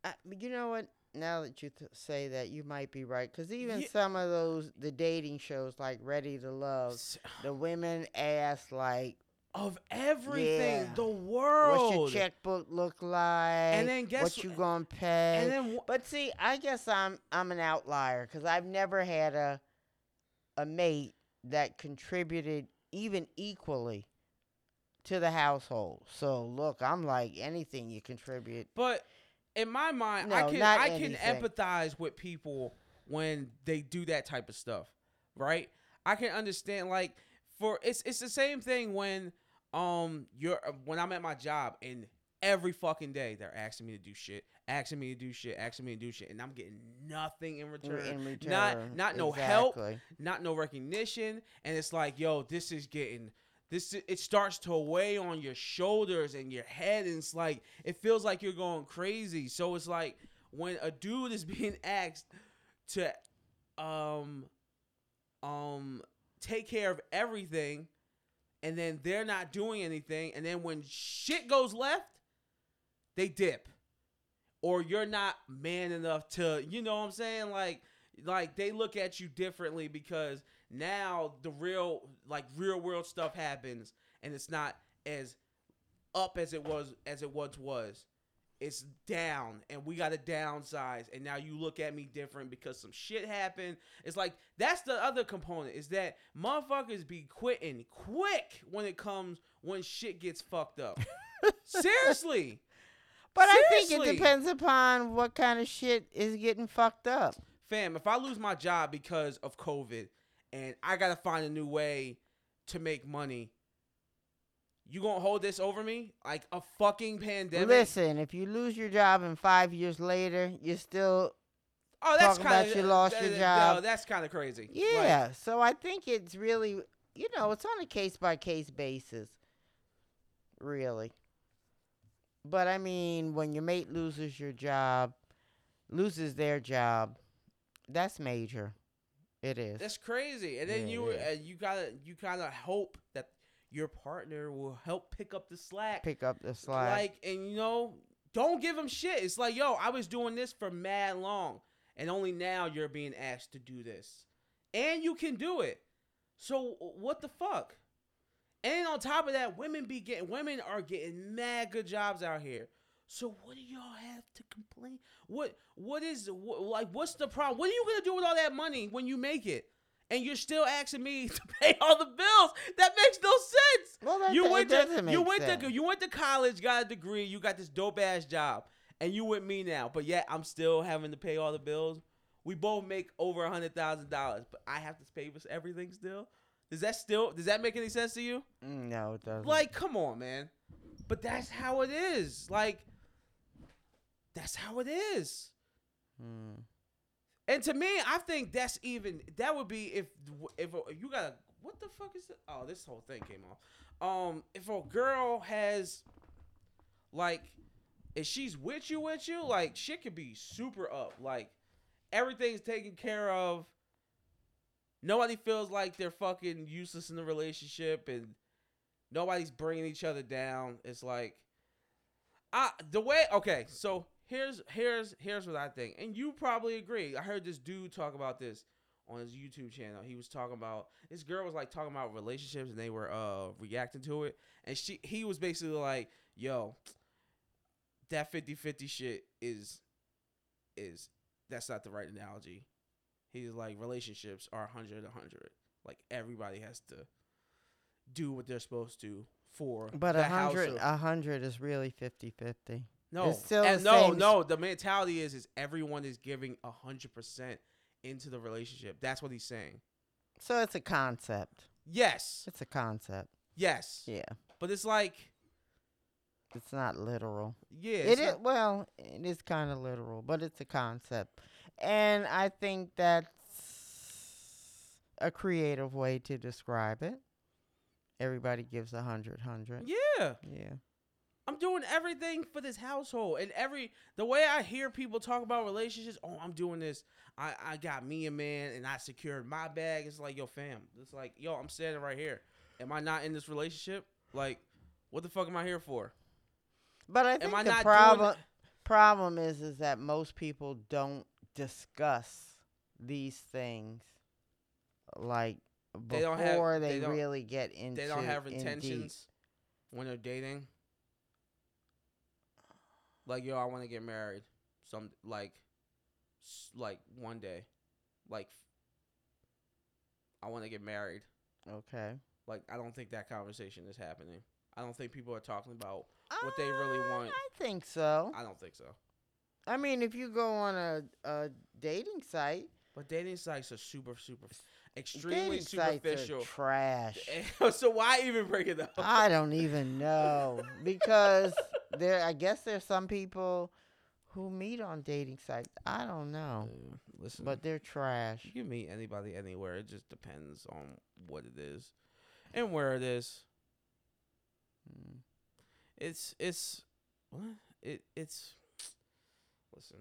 I, but you know what? Now that you th- say that, you might be right. Because even Ye- some of those, the dating shows like Ready to Love, S- the women ask, like, Of everything, Yeah. the world. what's your checkbook look like? then guess what wh- you gonna pay? And then wh- But see, I guess I'm I'm an outlier because I've never had a a mate that contributed even equally to the household. So look, I'm like anything you contribute. But in my mind, I No, can not I anything. can empathize with people when they do that type of stuff, right? I can understand like for it's it's the same thing when um you're when I'm at my job and every fucking day they're asking me to do shit, asking me to do shit, asking me to do shit, and I'm getting nothing in in return, return. not not no help, Exactly. not no recognition, and it's like yo, this is getting. This, it starts to weigh on your shoulders and your head and it's like it feels like you're going crazy so it's like when a dude is *laughs* being asked to um um take care of everything and then they're not doing anything and then when shit goes left they dip or you're not man enough to you know what i'm saying like like they look at you differently because now the real like real world stuff happens and it's not as up as it was as it once was it's down and we got to downsize and now you look at me different because some shit happened it's like that's the other component is that motherfuckers be quitting quick when it comes when shit gets fucked up seriously But I think it Seriously. depends upon what kind of shit is getting fucked up. fam, if I lose my job because of COVID and I gotta find a new way to make money, you gonna hold this over me? Like a fucking pandemic? Listen, if you lose your job and five years later you're still oh, that's talking about kinda, you lost your job. that's kind of crazy. Like, Yeah. so I think it's really, you know, it's on a case by case basis, really. But I mean, when your mate loses your job, loses their job, that's major. It is. that's crazy. And then Yeah, you yeah. uh, you gotta you kind of hope that your partner will help pick up the slack. Pick up the slack. Like, and you know, don't give him shit. It's like, yo, I was doing this for mad long, and only now you're being asked to do this, and you can do it. So what the fuck? And on top of that, women be getting women are getting mad good jobs out here. So what do y'all have to complain? What what is what, like? What's the problem? What are you gonna do with all that money when you make it? And you're still asking me *laughs* to pay all the bills. That makes no sense well, that, you that went doesn't to make you went sense. to you went to college, got a degree, you got this dope ass job, and you with me now. But yet I'm still having to pay all the bills. We both make over a hundred thousand dollars, but I have to pay for everything still. Does that still does that make any sense to you? Mm, No, it doesn't. Like, come on, man. But that's how it is. Like, that's how it is. Mm. And to me, I think that's even that would be if if, if you got a what the fuck is it? Oh, this whole thing came off. Um, if a girl has like if she's with you with you, like shit could be super up. Like everything's taken care of. Nobody feels like they're fucking useless in the relationship and nobody's bringing each other down. It's like I the way okay, so here's here's here's what I think. And you probably agree. I heard this dude talk about this on his YouTube channel. He was talking about this girl was like talking about relationships and they were uh reacting to it. And she he was basically like, "Yo, that 50-50 shit is is that's not the right analogy." He's like relationships are 100 100. Like everybody has to do what they're supposed to for But the a hundred, household. a hundred is really 50-50. No, It's still and the no, same- no. The mentality is is everyone is giving hundred percent into the relationship. That's what he's saying. So it's a concept. Yes, It's a concept. yes. Yeah, But it's like, it's not literal. yeah, It it's is not- well, it is kind of literal, but it's a concept, and I think that's a creative way to describe it. Everybody gives a hundred, hundred. yeah. Yeah, I'm doing everything for this household, and every the way I hear people talk about relationships. Oh, I'm doing this. I I got me a man, and I secured my bag. It's like, yo, fam. It's like, yo, I'm standing right here. Am I not in this relationship? Like, What the fuck am I here for? But I think I the not doing- problem problem is is that most people don't discuss these things like before They they, don't have- they don't- really get into They don't have in deep. intentions when they're dating. Like yo, I want to get married. Some like, s- like one day, like I want to get married. Okay. Like I don't think that conversation is happening. I don't think people are talking about. What they really Uh, want. I think so. I don't think so. I mean, if you go on a, a dating site, But dating sites are super, super, extremely dating sites are superficial. *laughs* trash. so why even bring it up? I don't even know because there. I guess there's some people who meet on dating sites. I don't know, Dude, listen, but they're trash. you can meet anybody anywhere. It just depends on what it is and where it is. Mm. It's it's what it it's. Listen,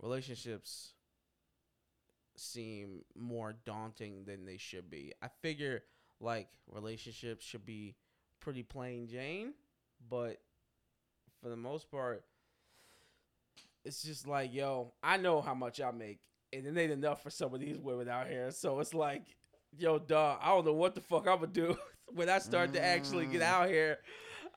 relationships seem more daunting than they should be. I figure like relationships should be pretty plain Jane, but for the most part, it's just like, yo, I know how much I make, and it ain't enough for some of these women out here. So it's like, yo, duh, I don't know what the fuck I'm gonna do *laughs* when I start to actually get Mm. out here.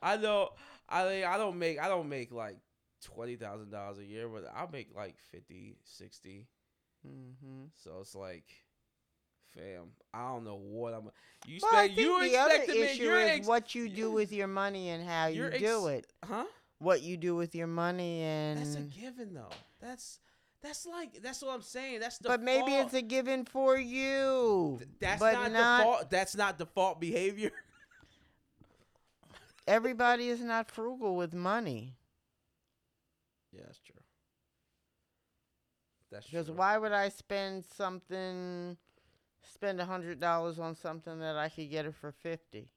I know, I mean, I don't make, I don't make like twenty thousand dollars a year, but I make like 50, 60. Mm-hmm. So it's like, fam, I don't know what I'm. You But I expect think you the other expected me. issue You're is ex- what you do with your money and how you you're ex- do it. huh? What you do with your money and. That's a given though. That's that's like that's what I'm saying. That's the but maybe it's a given for you. that's but not, not default. That's not default behavior. *laughs* everybody is not frugal with money. Yeah, that's true. That's Because true. why would I spend something, spend a hundred dollars on something that I could get it for fifty?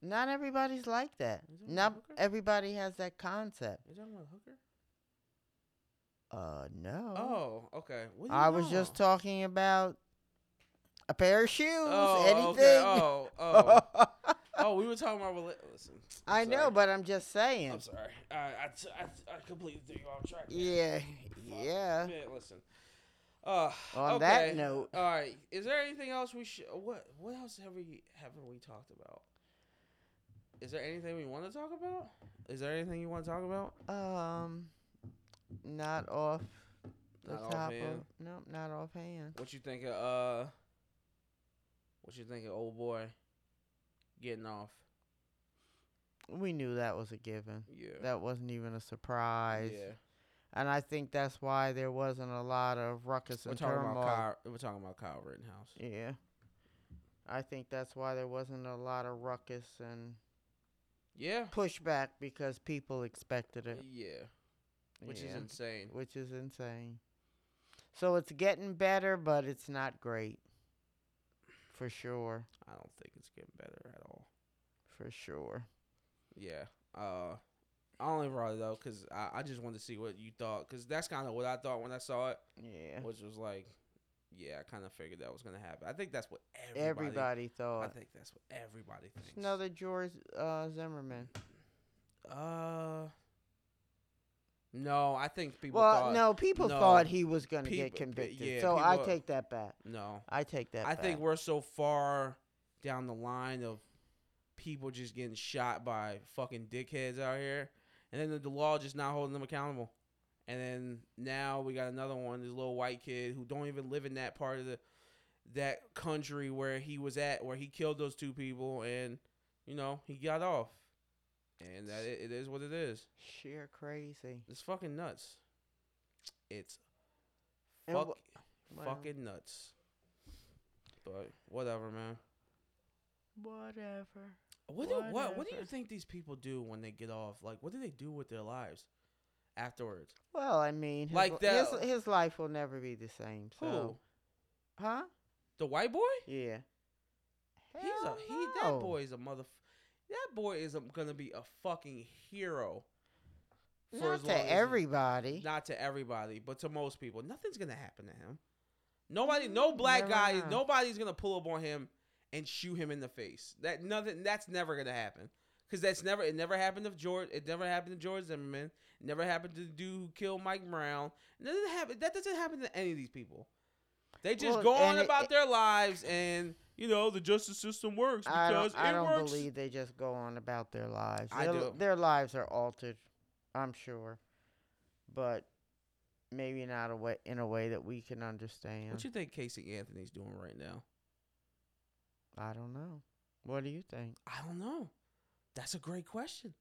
Not everybody's like that. Is it Not okay? everybody has that concept. Are you talking about a hooker? Uh, no. Oh, okay. What do you I was just know? talking about a pair of shoes. Oh, anything. okay. *laughs* Oh, oh, oh. We were talking about rela- listen. I'm I know, sorry. but I'm just saying. I'm sorry. I I, t- I, t- I completely threw you off track. man. Yeah, Fuck, yeah. Man, listen. Uh, On that okay. note- all right. Is there anything else we should? What What else have we haven't we talked about? Is there anything we want to talk about? Is there anything you want to talk about? Um, not off the Not top offhand. of nope, not offhand. What you think of uh? What you think of old boy? Getting off. We knew that was a given. Yeah. That wasn't even a surprise. yeah. And I think that's why there wasn't a lot of ruckus We're and talking turmoil. about Kyle. We're talking about Kyle Rittenhouse. Yeah. I think that's why there wasn't a lot of ruckus and Yeah. pushback because people expected Yeah. it. Which is Yeah. insane. which is insane. So it's getting better, but it's not great. For sure. I don't think it's getting better at all. For sure. Yeah. Uh, I only brought it up because I, I just wanted to see what you thought because that's kind of what I thought when I saw it, Yeah. which was like, yeah, I kind of figured that was gonna happen. I think that's what everybody. Everybody I thought. think that's what everybody It's thinks. another George uh, Zimmerman. Uh. No, I think people well, thought no, people no, thought he was going to get people- but convicted. yeah, so I people- take that back. no. I take that I back. think we're so far down the line of people just getting shot by fucking dickheads out here, and then the, the law just not holding them accountable. And then now we got another one, this little white kid who don't even live in that part of the that country where he was at, where he killed those two people, and you know he got off. And that it, it is what it is. sheer crazy. It's fucking nuts. It's And fuck, wh- wow. fucking nuts. But whatever, man. Whatever. What do what what do you Whatever. think think these people do when they get off? Like, what do they do with their lives afterwards? Well, I mean, his, Like li- that- his, his life will never be the same. Who? So, huh? The white boy? Yeah. He's a Hell he. That no. boy is a mother. That boy is a, gonna be a fucking hero. as Not long as to he- everybody. Not to everybody, but to most people, nothing's gonna happen to him. Nobody, no black never guy, know. nobody's gonna pull up on him and shoot him in the face. That nothing. That's never gonna happen. Cause that's never. It never happened to George. It never happened to George Zimmerman. It never happened to the dude who killed Mike Brown. It doesn't happen. That doesn't happen to any of these people. They just Well, go on and it- about their lives, and you know the justice system works I because don't, I it don't works. believe they just go on about their lives. I their, do. their lives are altered, I'm sure, but maybe not a way in a way that we can understand. What you think Casey Anthony's doing right now? I don't know. What do you think? I don't know. That's a great question.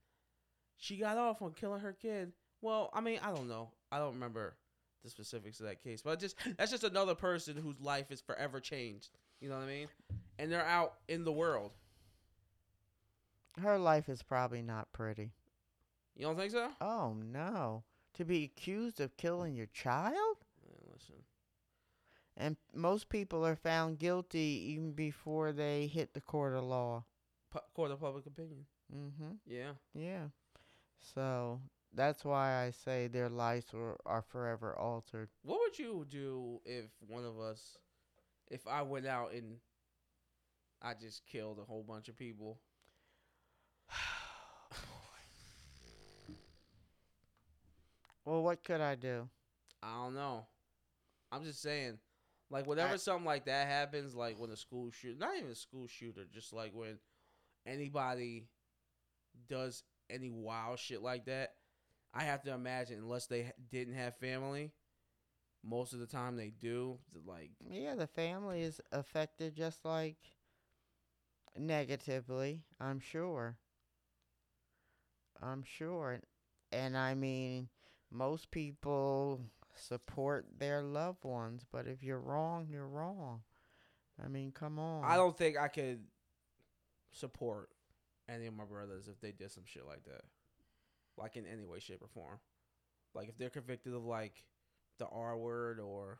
She got off on killing her kid. Well, I mean, I don't know. I don't remember the specifics of that case, but just that's just another person whose life is forever changed. You know what I mean? And they're out in the world. Her life is probably not pretty. You don't think so? Man, Oh no, to be accused of killing your child, listen. and most people are found guilty even before they hit the court of law. Pu- court of public opinion. Mm-hmm. Yeah. Yeah. So that's why I say their lives were, are forever altered. *sighs* What would you do if one of us, if I went out and I just killed a whole bunch of people? Well, what could I do? I don't know. I'm just saying, like whenever I- something like that happens, like when a school shoot, not even a school shooter, just like when anybody does any wild shit like that, I have to imagine unless they ha- didn't have family, most of the time they do. th- Like Yeah, the family is affected just like negatively, I'm sure. I'm sure. And I mean, most people support their loved ones, but if you're wrong, you're wrong. I mean, come on. I don't think I could support any of my brothers if they did some shit like that, like in any way, shape, or form. Like if they're convicted of like the R word, or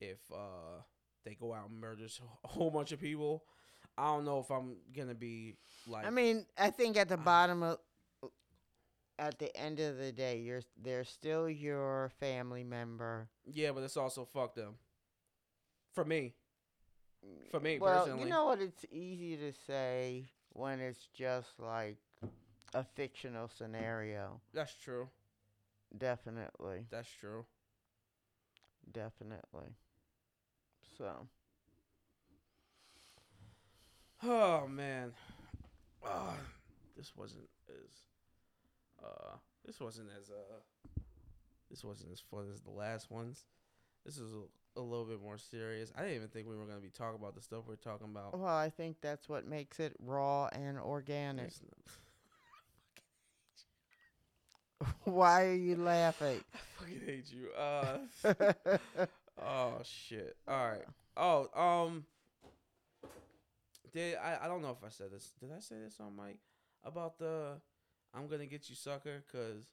if uh they go out and murder *laughs* a whole bunch of people, I don't know if I'm gonna be like. I mean, I think at the I- bottom of, at the end of the day, you're they're still your family member. yeah, but it's also fuck them. For me, for me well, personally, you know what? It's easy to say when it's just like a fictional scenario. that's true. Definitely, That's true. definitely. So Oh man, Ah, this wasn't as uh, this wasn't as uh, this wasn't as fun as the last ones. This is a, a little bit more serious. I didn't even think we were gonna be talking about the stuff we're talking about. well, I think that's what makes it raw *laughs* and organic. *laughs* It's- Why are you laughing? *laughs* I fucking hate you. Uh, *laughs* oh shit. All right. Oh um, did I? I don't know if I said this. Did I say this on Mike about the? I'm gonna get you, sucker, cause.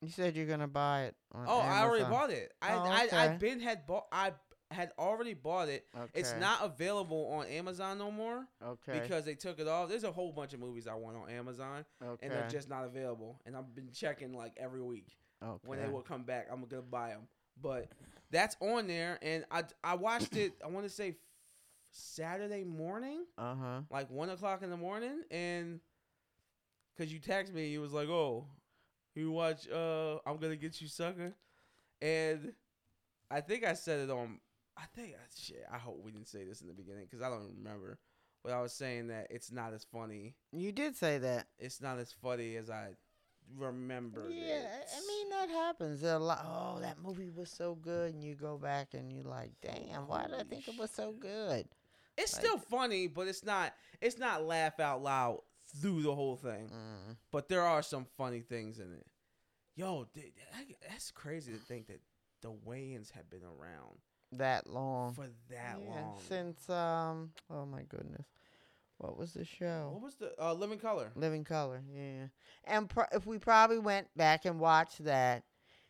you said you're gonna buy it. On Oh, I already Amazon. bought it. I Oh, I okay. I've been had bought I had already bought it. It's Okay, not available on Amazon no more okay because they took it off. There's a whole bunch of movies I want on Amazon okay and they're just not available. And I've been checking like every week okay. when they will come back. I'm gonna buy them, but that's on there. And I I watched it. I want to say Saturday morning Uh huh. like one o'clock in the morning, and because you text me, you was like, "Oh, you watch? Uh, I'm gonna get you, sucker." And I think I said it on. I think uh, shit. I hope we didn't say this in the beginning because I don't remember. But I was saying that it's not as funny. You did say that. It's not as funny as I remembered. Yeah, it. I- I mean that happens. There are a lot. Oh, that movie was so good, and you go back and you're like, damn, why did I Holy think it was so good? it's like- still funny, but it's not. It's not laugh out loud through the whole thing. Mm. but there are some funny things in it. Yo, dude, that- that's crazy to think that the Wayans have been around That long. for that Yeah, long. Since um, oh my goodness, what was the what show? was the uh, Living Color? Living Color. Yeah, and pro- if we probably went back and watched that,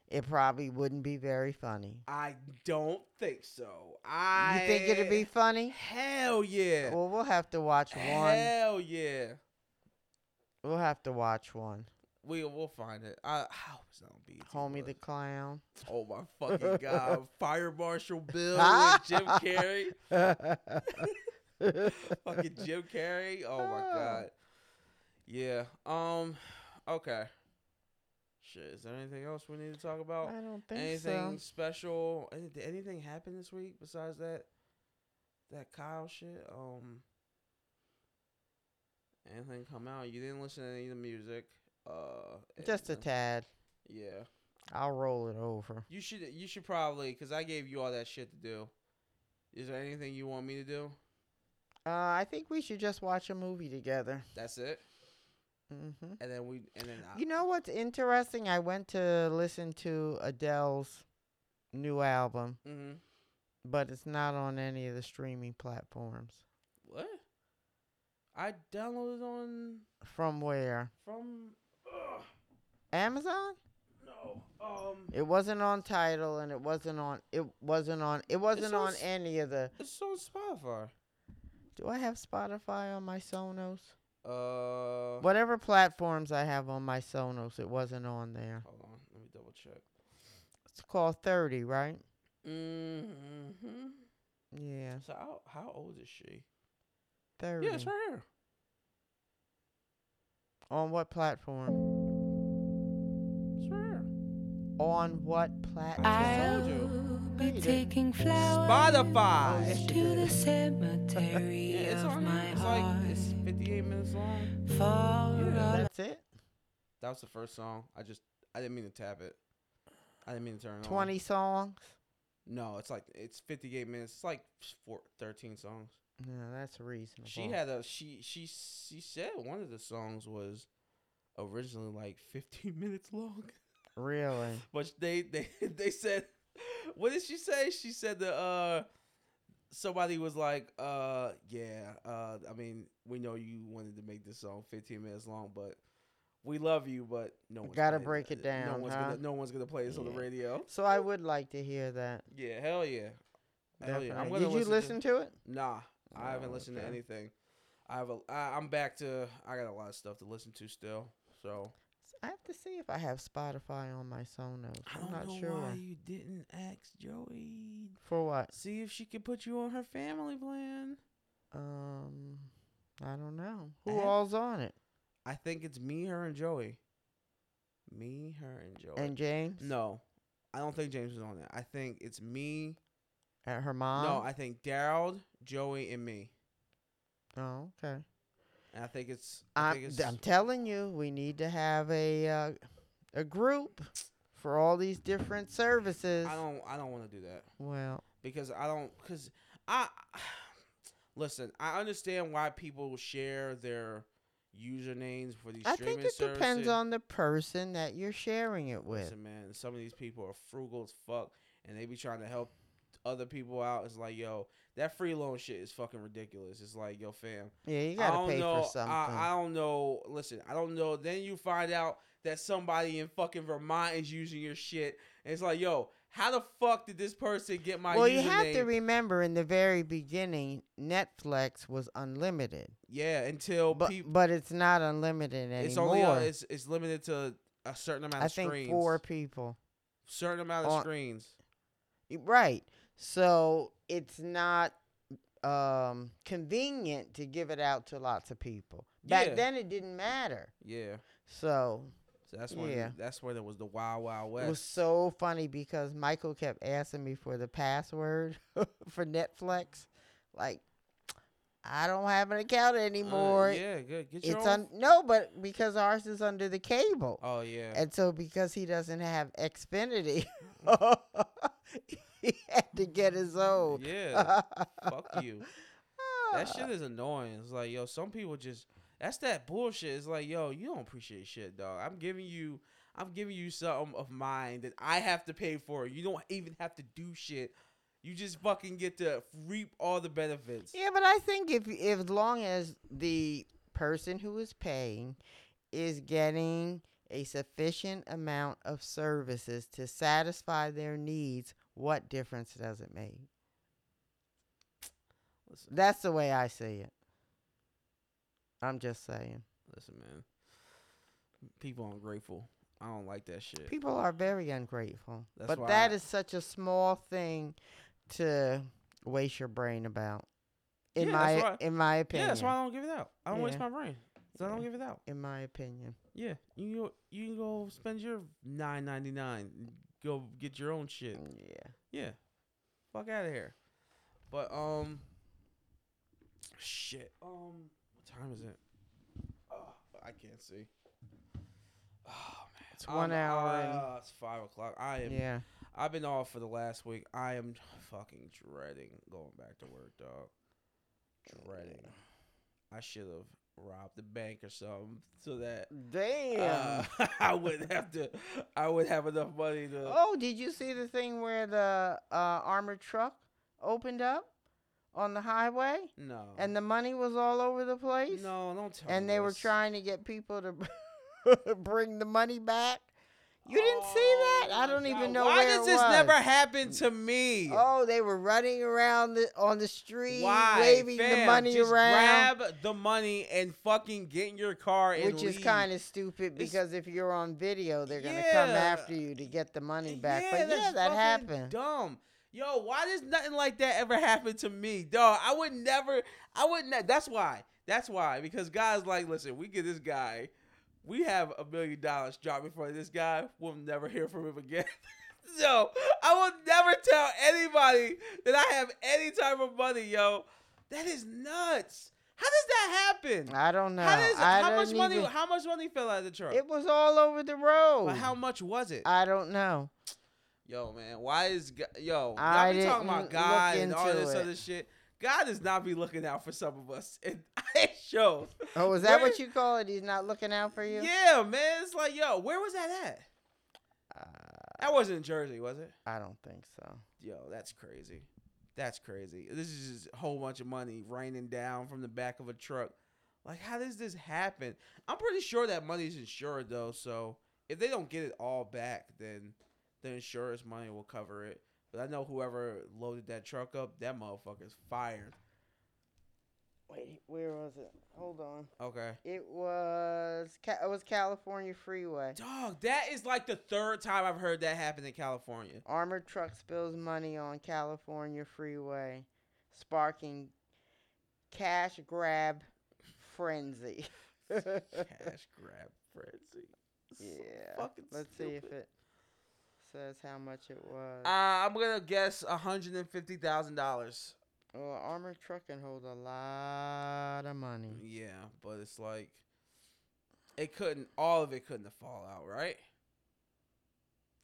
it probably wouldn't be very funny. I don't think so. I you think it'd be funny? Hell yeah. Well, we'll have to watch one. Hell yeah. We'll have to watch one. We we'll find it. I, I hope it's not on BET. Homie but- the clown. oh my *laughs* fucking god! Fire Marshal Bill Huh? and Jim Carrey. fucking Jim Carrey. Oh my god. Yeah. Um. Okay. Shit. Is there anything else we need to talk about? *laughs* I don't think Anything so. special? Any, did anything happen this week besides that? That Kyle shit. Um. Anything come out? You didn't listen to any of the music. Uh. Just a and- tad. Yeah. I'll roll it over. You should. You should probably because I gave you all that shit to do. Is there anything you want me to do? Uh, I think we should just watch a movie together. That's it. hmm And then we. And then I, You know what's interesting? I went to listen to Adele's new album, hmm but it's not on any of the streaming platforms. What? I downloaded on From where? from. Ugh, Amazon? no. Um. It wasn't on Title, and it wasn't on. It wasn't on. It wasn't on on s- any of the. It's on Spotify. Do I have Spotify on my Sonos? Uh. Whatever platforms I have on my Sonos, it wasn't on there. Hold on. Let me double check. It's called Thirty, right? Mm-hmm. Yeah, So how, how old is she? Thirty. Yeah, it's right here. On what platform? It's right here. On what platform? I I'll told you. be Read it. taking flowers Oh, yes, Spotify. you to did. the cemetery Yeah, it's of on. my here. It's like heart. it's 58 minutes long. for all That's it. That was the first song. I just I didn't mean to tap it. I didn't mean to turn it on. Twenty songs. No, it's like it's 58 minutes. It's like four, 13 songs. No, that's reasonable. She had a she she she said one of the songs was originally like *laughs* 15 minutes long, really. but they they *laughs* they said what did she say? She said the uh somebody was like uh yeah uh I mean we know you wanted to make this song 15 minutes long, but we love you, but no one's Gotta gonna- break it No down, one's huh? gonna no one's gonna play this on the Yeah. radio. So I would like to hear that. Yeah, hell yeah. Hell yeah. I'm Definitely. gonna Did you listen to it? Nah, I haven't Oh, listened to okay. anything. I have a. I, I'm back to. I got a lot of stuff to listen to still. So I have to see if I have Spotify on my Sonos. I'm not sure you didn't ask Joey. for what. See if she could put you on her family plan. Um, I don't know I who have- all's on it. I think it's me, her, and Joey. Me, her, and Joey. And James? no, I don't think James is on it. I think it's me. At her mom? no, I think Daryl, Joey, and me. oh, okay. And I think it's. I I'm, think it's. th- I'm telling you, we need to have a uh, a group for all these different services. I don't. I don't want to do that. Well, because I don't because I *sighs* listen. I understand why people share their usernames for these I streaming think it services. depends on the person that you're sharing it with. listen, man. Some of these people are frugal as fuck, and they be trying to help other people out. It's like, yo, that free loan shit is fucking ridiculous. It's like, yo, fam, Yeah, you I gotta don't pay know. for something. I, I don't know. Listen, I don't know. Then you find out that somebody in fucking Vermont is using your shit. And it's like, yo, how the fuck did this person get my well, username? you have to remember in the very beginning, Netflix was unlimited, yeah, until but people. but it's not unlimited anymore. It's only uh, it's it's limited to a certain amount I of think screens. four people. certain amount of on- screens. Y- Right. So it's not um, convenient to give it out to lots of people. Back Yeah. then, it didn't matter. Yeah. So So that's when Yeah. that's when it was the Wild Wild it was West. so funny because Michael kept asking me for the password *laughs* for Netflix. Like, I don't have an account Uh, anymore. yeah, good. Get your It's own- un- no, but because ours is under the cable. Oh yeah. And so because he doesn't have Xfinity, *laughs* he had to get his own. Mm-hmm. yeah. *laughs* Fuck you. That shit is annoying. It's like, yo, some people just that's that bullshit. It's like, yo, you don't appreciate shit, dog. I'm giving you I'm giving you something of mine that I have to pay for. You don't even have to do shit. You just fucking get to reap all the benefits. Yeah, but I think if if as long as the person who is paying is getting a sufficient amount of services to satisfy their needs, what difference does it make? Listen. That's the way I see it. I'm just saying. Listen, man. People ungrateful. I don't like that shit. People are very ungrateful. That's why but that I- is such a small thing to waste your brain about. in Yeah, my that's why- in my opinion. Yeah, that's why I don't give it out. I don't waste my Yeah. brain. So I don't give it out. in my opinion. Yeah, you go, you can go spend your nine ninety nine. Go get your own shit. Yeah. Yeah, fuck out of here. But um, shit. Um, what time is it? Oh, I can't see. Oh man, it's one hour and- it's five o'clock. I am. Yeah. I've been off for the last week. I am fucking dreading going back to work, dog. Dreading. I should have robbed the bank or something so that Damn. uh, *laughs* I wouldn't have to. I would have enough money to. oh, did you see the thing where the uh, armored truck opened up on the highway No. and the money was all over the place? no, don't tell me. And they were this. trying to get people to *laughs* bring the money back. You didn't see that? I Oh, don't God, even know Why where does it this was. never happen to me? Oh, they were running around the, on the street, Why, waving the fam? money Just around, Grab the money and fucking get in your car and which is leave. kind of stupid It's- because if you're on video, they're gonna come Yeah. after you to get the money back. but yeah, that's that fucking happened. Dumb. Yo, why does nothing like that ever happen to me, dog? I would never. I would not. That's why. That's why. Because guys, like, listen, we get this guy. We have a million dollars dropping for this guy. We'll never hear from him again. *laughs* so I will never tell anybody that I have any type of money, yo. That is nuts. How does that happen? I don't know. how does I how much don't money? even- How much money fell out of the truck? It was all over the road. But how much was it? I don't know. Yo, man, why is g- yo? I Y'all be talking didn't about look God and all into this it. other shit. God does not be looking out for some of us. *laughs* It, it shows. Oh, is that Where- what you call it? He's not looking out for you. Yeah, man. It's like, yo, where was that at? Uh, That wasn't in Jersey, was it? I don't think so. Yo, that's crazy. That's crazy. This is just a whole bunch of money raining down from the back of a truck. Like, how does this happen? I'm pretty sure that money's insured though, so if they don't get it all back, then the insurance money will cover it. But I know whoever loaded that truck up, that motherfucker's fired. Wait, where was it? Hold on. Okay. It was Ca- it was California Freeway. Dog, that is like the third time I've heard that happen in *laughs* California. Armored truck spills money on California freeway, sparking cash grab frenzy. *laughs* yeah. Cash grab frenzy. Fucking Let's see if stupid. it says how much it was. Uh, I'm gonna guess hundred and fifty thousand dollars. well, an armored truck can hold a lot of money. Yeah, but it's like it couldn't. All of it couldn't have fall out, right?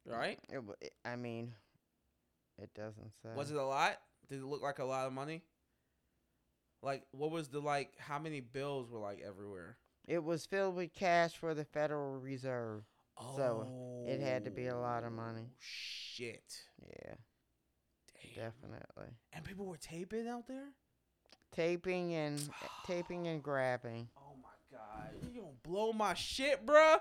Right? It, w- it, I mean, it doesn't say. Mm-hmm. Was it a lot? Did it look like a lot of money? Like, what was the like? How many bills were like everywhere? It was filled with cash for the Federal Reserve. Oh, So, it had to be a lot of money. Shit. Yeah, Damn. definitely. And people were taping out there. *sighs* Taping and taping and grabbing. Oh my god, you gonna blow my shit, bruh.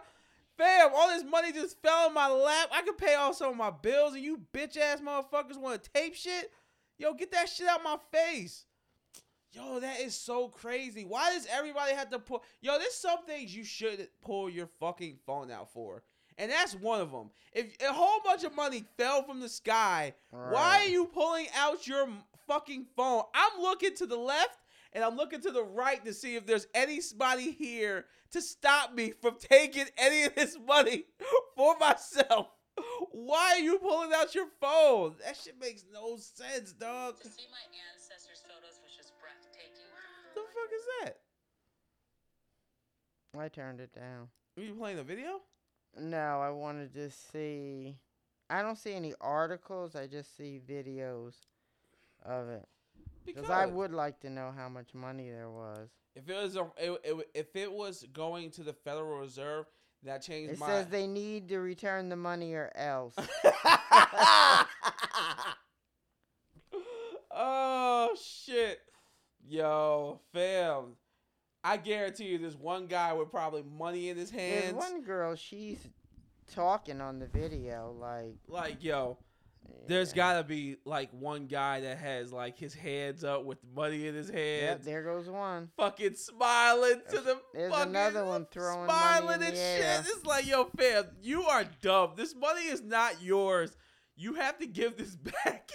Fam, all this money just fell in my lap. I could pay off some of my bills, and you bitch ass motherfuckers want to tape shit. Yo, get that shit out my face. Yo, that is so crazy. Why does everybody have to pull? Yo, there's some things you should pull your fucking phone out for, and that's one of them. If a whole bunch of money fell from the sky, why are Right. you pulling out your m- fucking phone? I'm looking to the left and I'm looking to the right to see if there's anybody here to stop me from taking any of this money *laughs* for myself. Why are you pulling out your phone? That shit makes no sense, dog. To see my ancestors' photos was just breathtaking. The fuck is that? I turned it down. Are you playing a video? No, I wanted to see. I don't see any articles. I just see videos of it because I would like to know how much money there was. if it was a, it, it, if it was going to the Federal Reserve, then I changed It my. says they need to return the money or else. *laughs* oh shit. Yo, fam. I guarantee you this one guy with probably money in his There's hands. one girl. She's talking on the video like Like, yo, there's gotta be like one guy that has like his hands up with money in his Yep, hands. there goes one. Fucking smiling to the There's fucking another one throwing money smiling in and the air. shit. It's like, yo, fam, you are dumb. This *laughs* money is not yours. You have to give this back.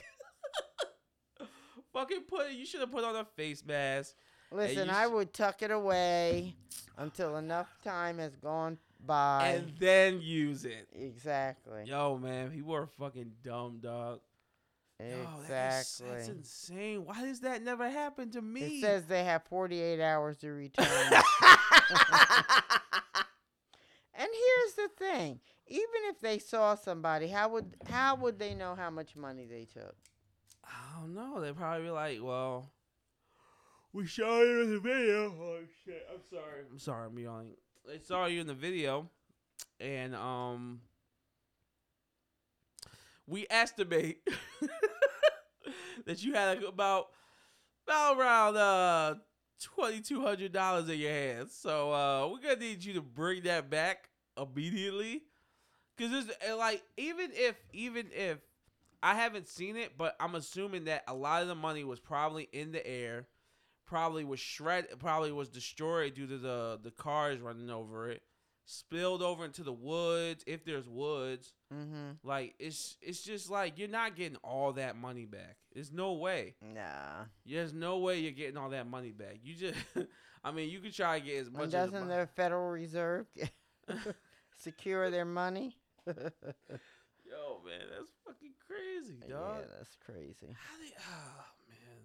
Fucking put. You should have put on a face mask. Listen, you I s- would tuck it away until enough time has gone by. and then use it. exactly. Yo, man, people are fucking dumb, dog. Yo, Exactly. that is- that's insane. Why does that never happen to me? It says they have 48 hours to *laughs* return. and here's the thing: even if they saw somebody, how would how would they know how much money they took? I don't know. They probably be like, well, we saw you in the video. Oh shit! I'm sorry. I'm sorry. I'm yelling. They saw you in the video, and um, we estimate *laughs* that you had about about around uh twenty two hundred dollars in your hands. So uh, we're gonna need you to bring that back immediately, cause it's uh, like even if even if I haven't seen it, but I'm assuming that a lot of the money was probably in the air, probably was shred, probably was destroyed due to the the cars running over it, spilled over into the woods if there's woods. Mm-hmm. Like it's it's just like you're not getting all that money back. There's no way. Nah. There's no way you're getting all that money back. You just, *laughs* I mean, you could try to get as And much. as doesn't mo- the Federal Reserve *laughs* secure their money? Yo, man, that's fucking crazy, Yeah, dog. that's crazy. How they? Oh man,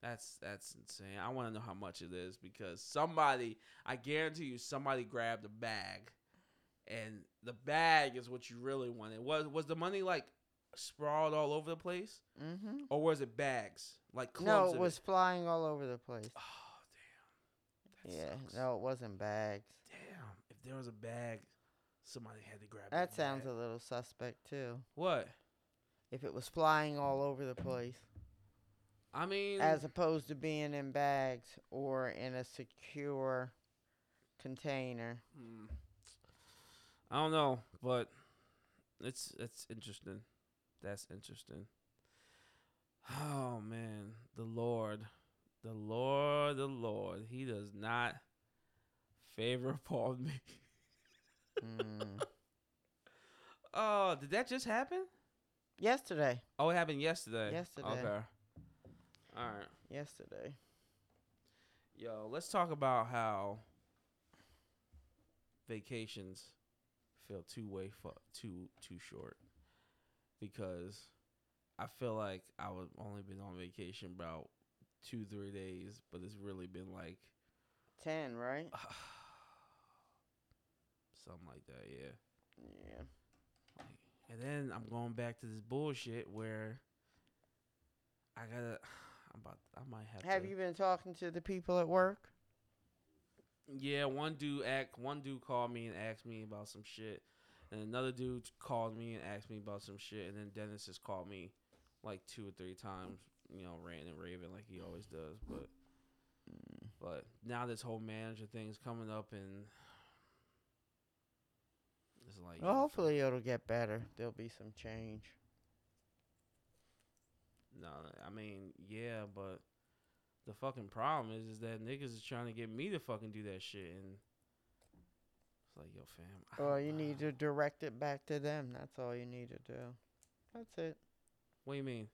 that's that's insane. I want to know how much it is because somebody, I guarantee you, somebody grabbed a bag, and the bag is what you really wanted. Was was the money like sprawled all over the place, Mm-hmm. or was it bags like clumps? No, of it was flying all over the place. Oh damn. That yeah, sucks. no, it wasn't bags. Damn. If there was a bag, somebody had to grab. That sounds bag. a little suspect too. what? If it was flying all over the place. I mean, as opposed to being in bags or in a secure container. Hmm. I don't know, but it's it's interesting. That's interesting. Oh man, the Lord, the Lord, the Lord, He does not favor *laughs* upon me. *laughs* Mm. Oh, did that just happen? yesterday, Oh, it happened yesterday. Yesterday. Okay. All right. yesterday. Yo, let's talk about how vacations feel too way fu- too too short because I feel like I would only been on vacation about two three days, but it's really been like *sighs* Ten, right? something like that, yeah. Yeah. And then I'm going back to this bullshit where I gotta. *sighs* I'm about. I might have. Have to, you been talking to the people at work? Yeah, one dude act one dude called me and asked me about some shit. And another dude called me and asked me about some shit and then Dennis has called me like two or three times, you know, ranting and raving like he always does, but but now this whole manager thing's coming up and it's like Well, hopefully it'll get better. There'll be some change. No, I mean, yeah, but the fucking problem is is that niggas is trying to get me to fucking do that shit and it's like, yo fam. I Or don't Oh, you know. need to direct it back to them. That's all you need to do. That's it. What do you mean?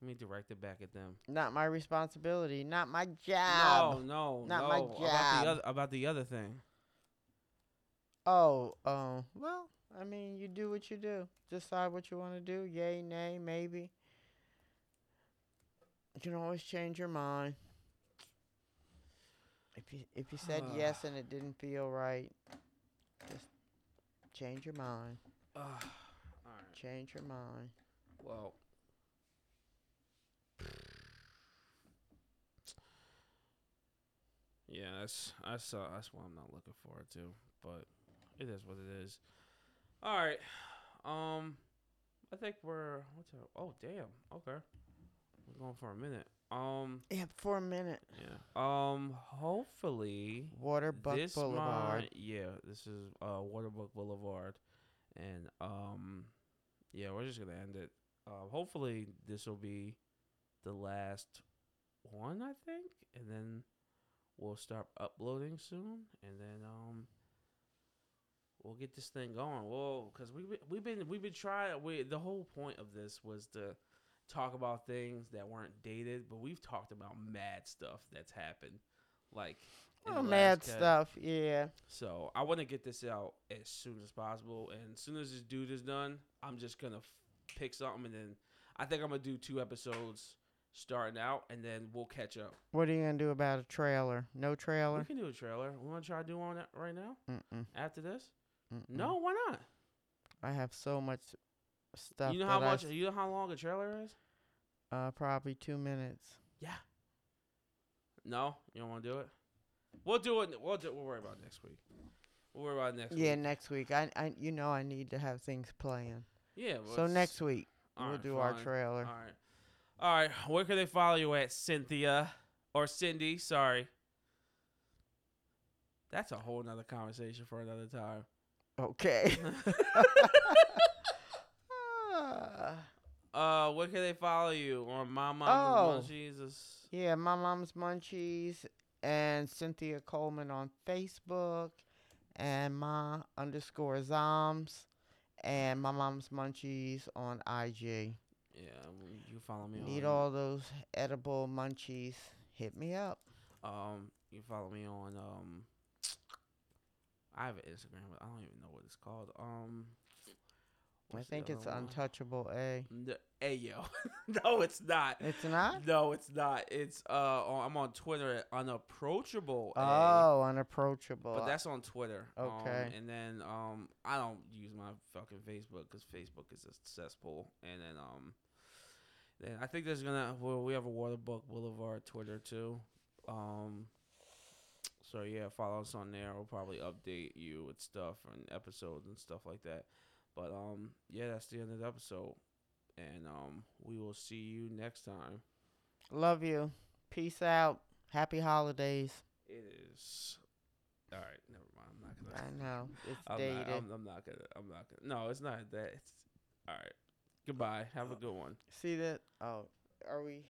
Let me direct it back at them. Not my responsibility. Not my job. no, no, not no. my About job. the other, about the other thing. Oh, um, well, I mean, you do what you do. Decide what you want to do. Yay, nay, maybe. You can always change your mind. If you if you *sighs* said yes and it didn't feel right, just change your mind. Ugh. all right. Change your mind. Well. Yeah, that's I saw that's what I'm not looking forward to, but it is what it is. All right. Um I think we're what's our, oh damn. Okay. We're going for a minute. Um Yeah, for a minute. yeah. Um hopefully Waterbuck this Boulevard. month- yeah, this is uh, Waterbuck Boulevard, and um, yeah, we're just gonna end it. Uh, hopefully, this will be the last one, I think, and then we'll start uploading soon, and then um, we'll get this thing going. Whoa, because we we've been we've been trying. We the whole point of this was to talk about things that weren't dated, but we've talked about mad stuff that's happened, like in Oh, the mad last uh, 10 stuff. Yeah. so I want to get this out as soon as possible, and as soon as this dude is done, I'm just gonna f- pick something, and then I think I'm gonna do two episodes starting out, and then we'll catch up. What are you gonna do about a trailer? No We trailer. can do a trailer. We want to try to do one right now Mm-mm, after this. mm-mm. No, why not? I have so much stuff. you know how that I much? s- You know how long a trailer is? Uh, probably two minutes. No, you don't want to do it. We'll do it. We'll do, we'll worry about it next week. We'll worry about it next Yeah, week. next week. I, I, you know, I need to have things playing. Yeah. So next week we'll do our trailer. trailer. All right. All right. Where can they follow you at, Cynthia? Or Cindy, sorry. That's a whole nother conversation for another time. *laughs* Okay. *laughs* Ah, Uh, where can they follow you? Or my mom Oh. Jesus. yeah, my mom's munchies and Cynthia Coleman on Facebook and my underscore zoms and my mom's munchies on IG. Yeah, well, you can follow me Need on all those edible munchies? Hit me up. um you can follow me on um I have an Instagram, but I don't even know what it's called. Um I what's the think other it's one? untouchable. A. N- Hey yo. *laughs* no, it's not. *laughs* It's not. No, it's not. It's uh, on, I'm on Twitter at unapproachable. A, Oh, unapproachable. but that's on Twitter. um, Okay. and then um, I don't use my fucking Facebook because Facebook is a cesspool. And then um, then I think there's gonna well, we have a Waterbuck Boulevard Twitter too. Um, so yeah, follow us on there. We'll probably update you with stuff and episodes and stuff like that. But um, yeah, that's the end of the episode. And um, we will see you next time. Love you. Peace out. Happy holidays. It is. All right, never mind. I'm not gonna. *laughs* I know it's I'm dated. not, I'm, I'm not gonna. I'm not gonna. No, it's not that. It's all right. Goodbye. Have a good one. See that? Oh, are we?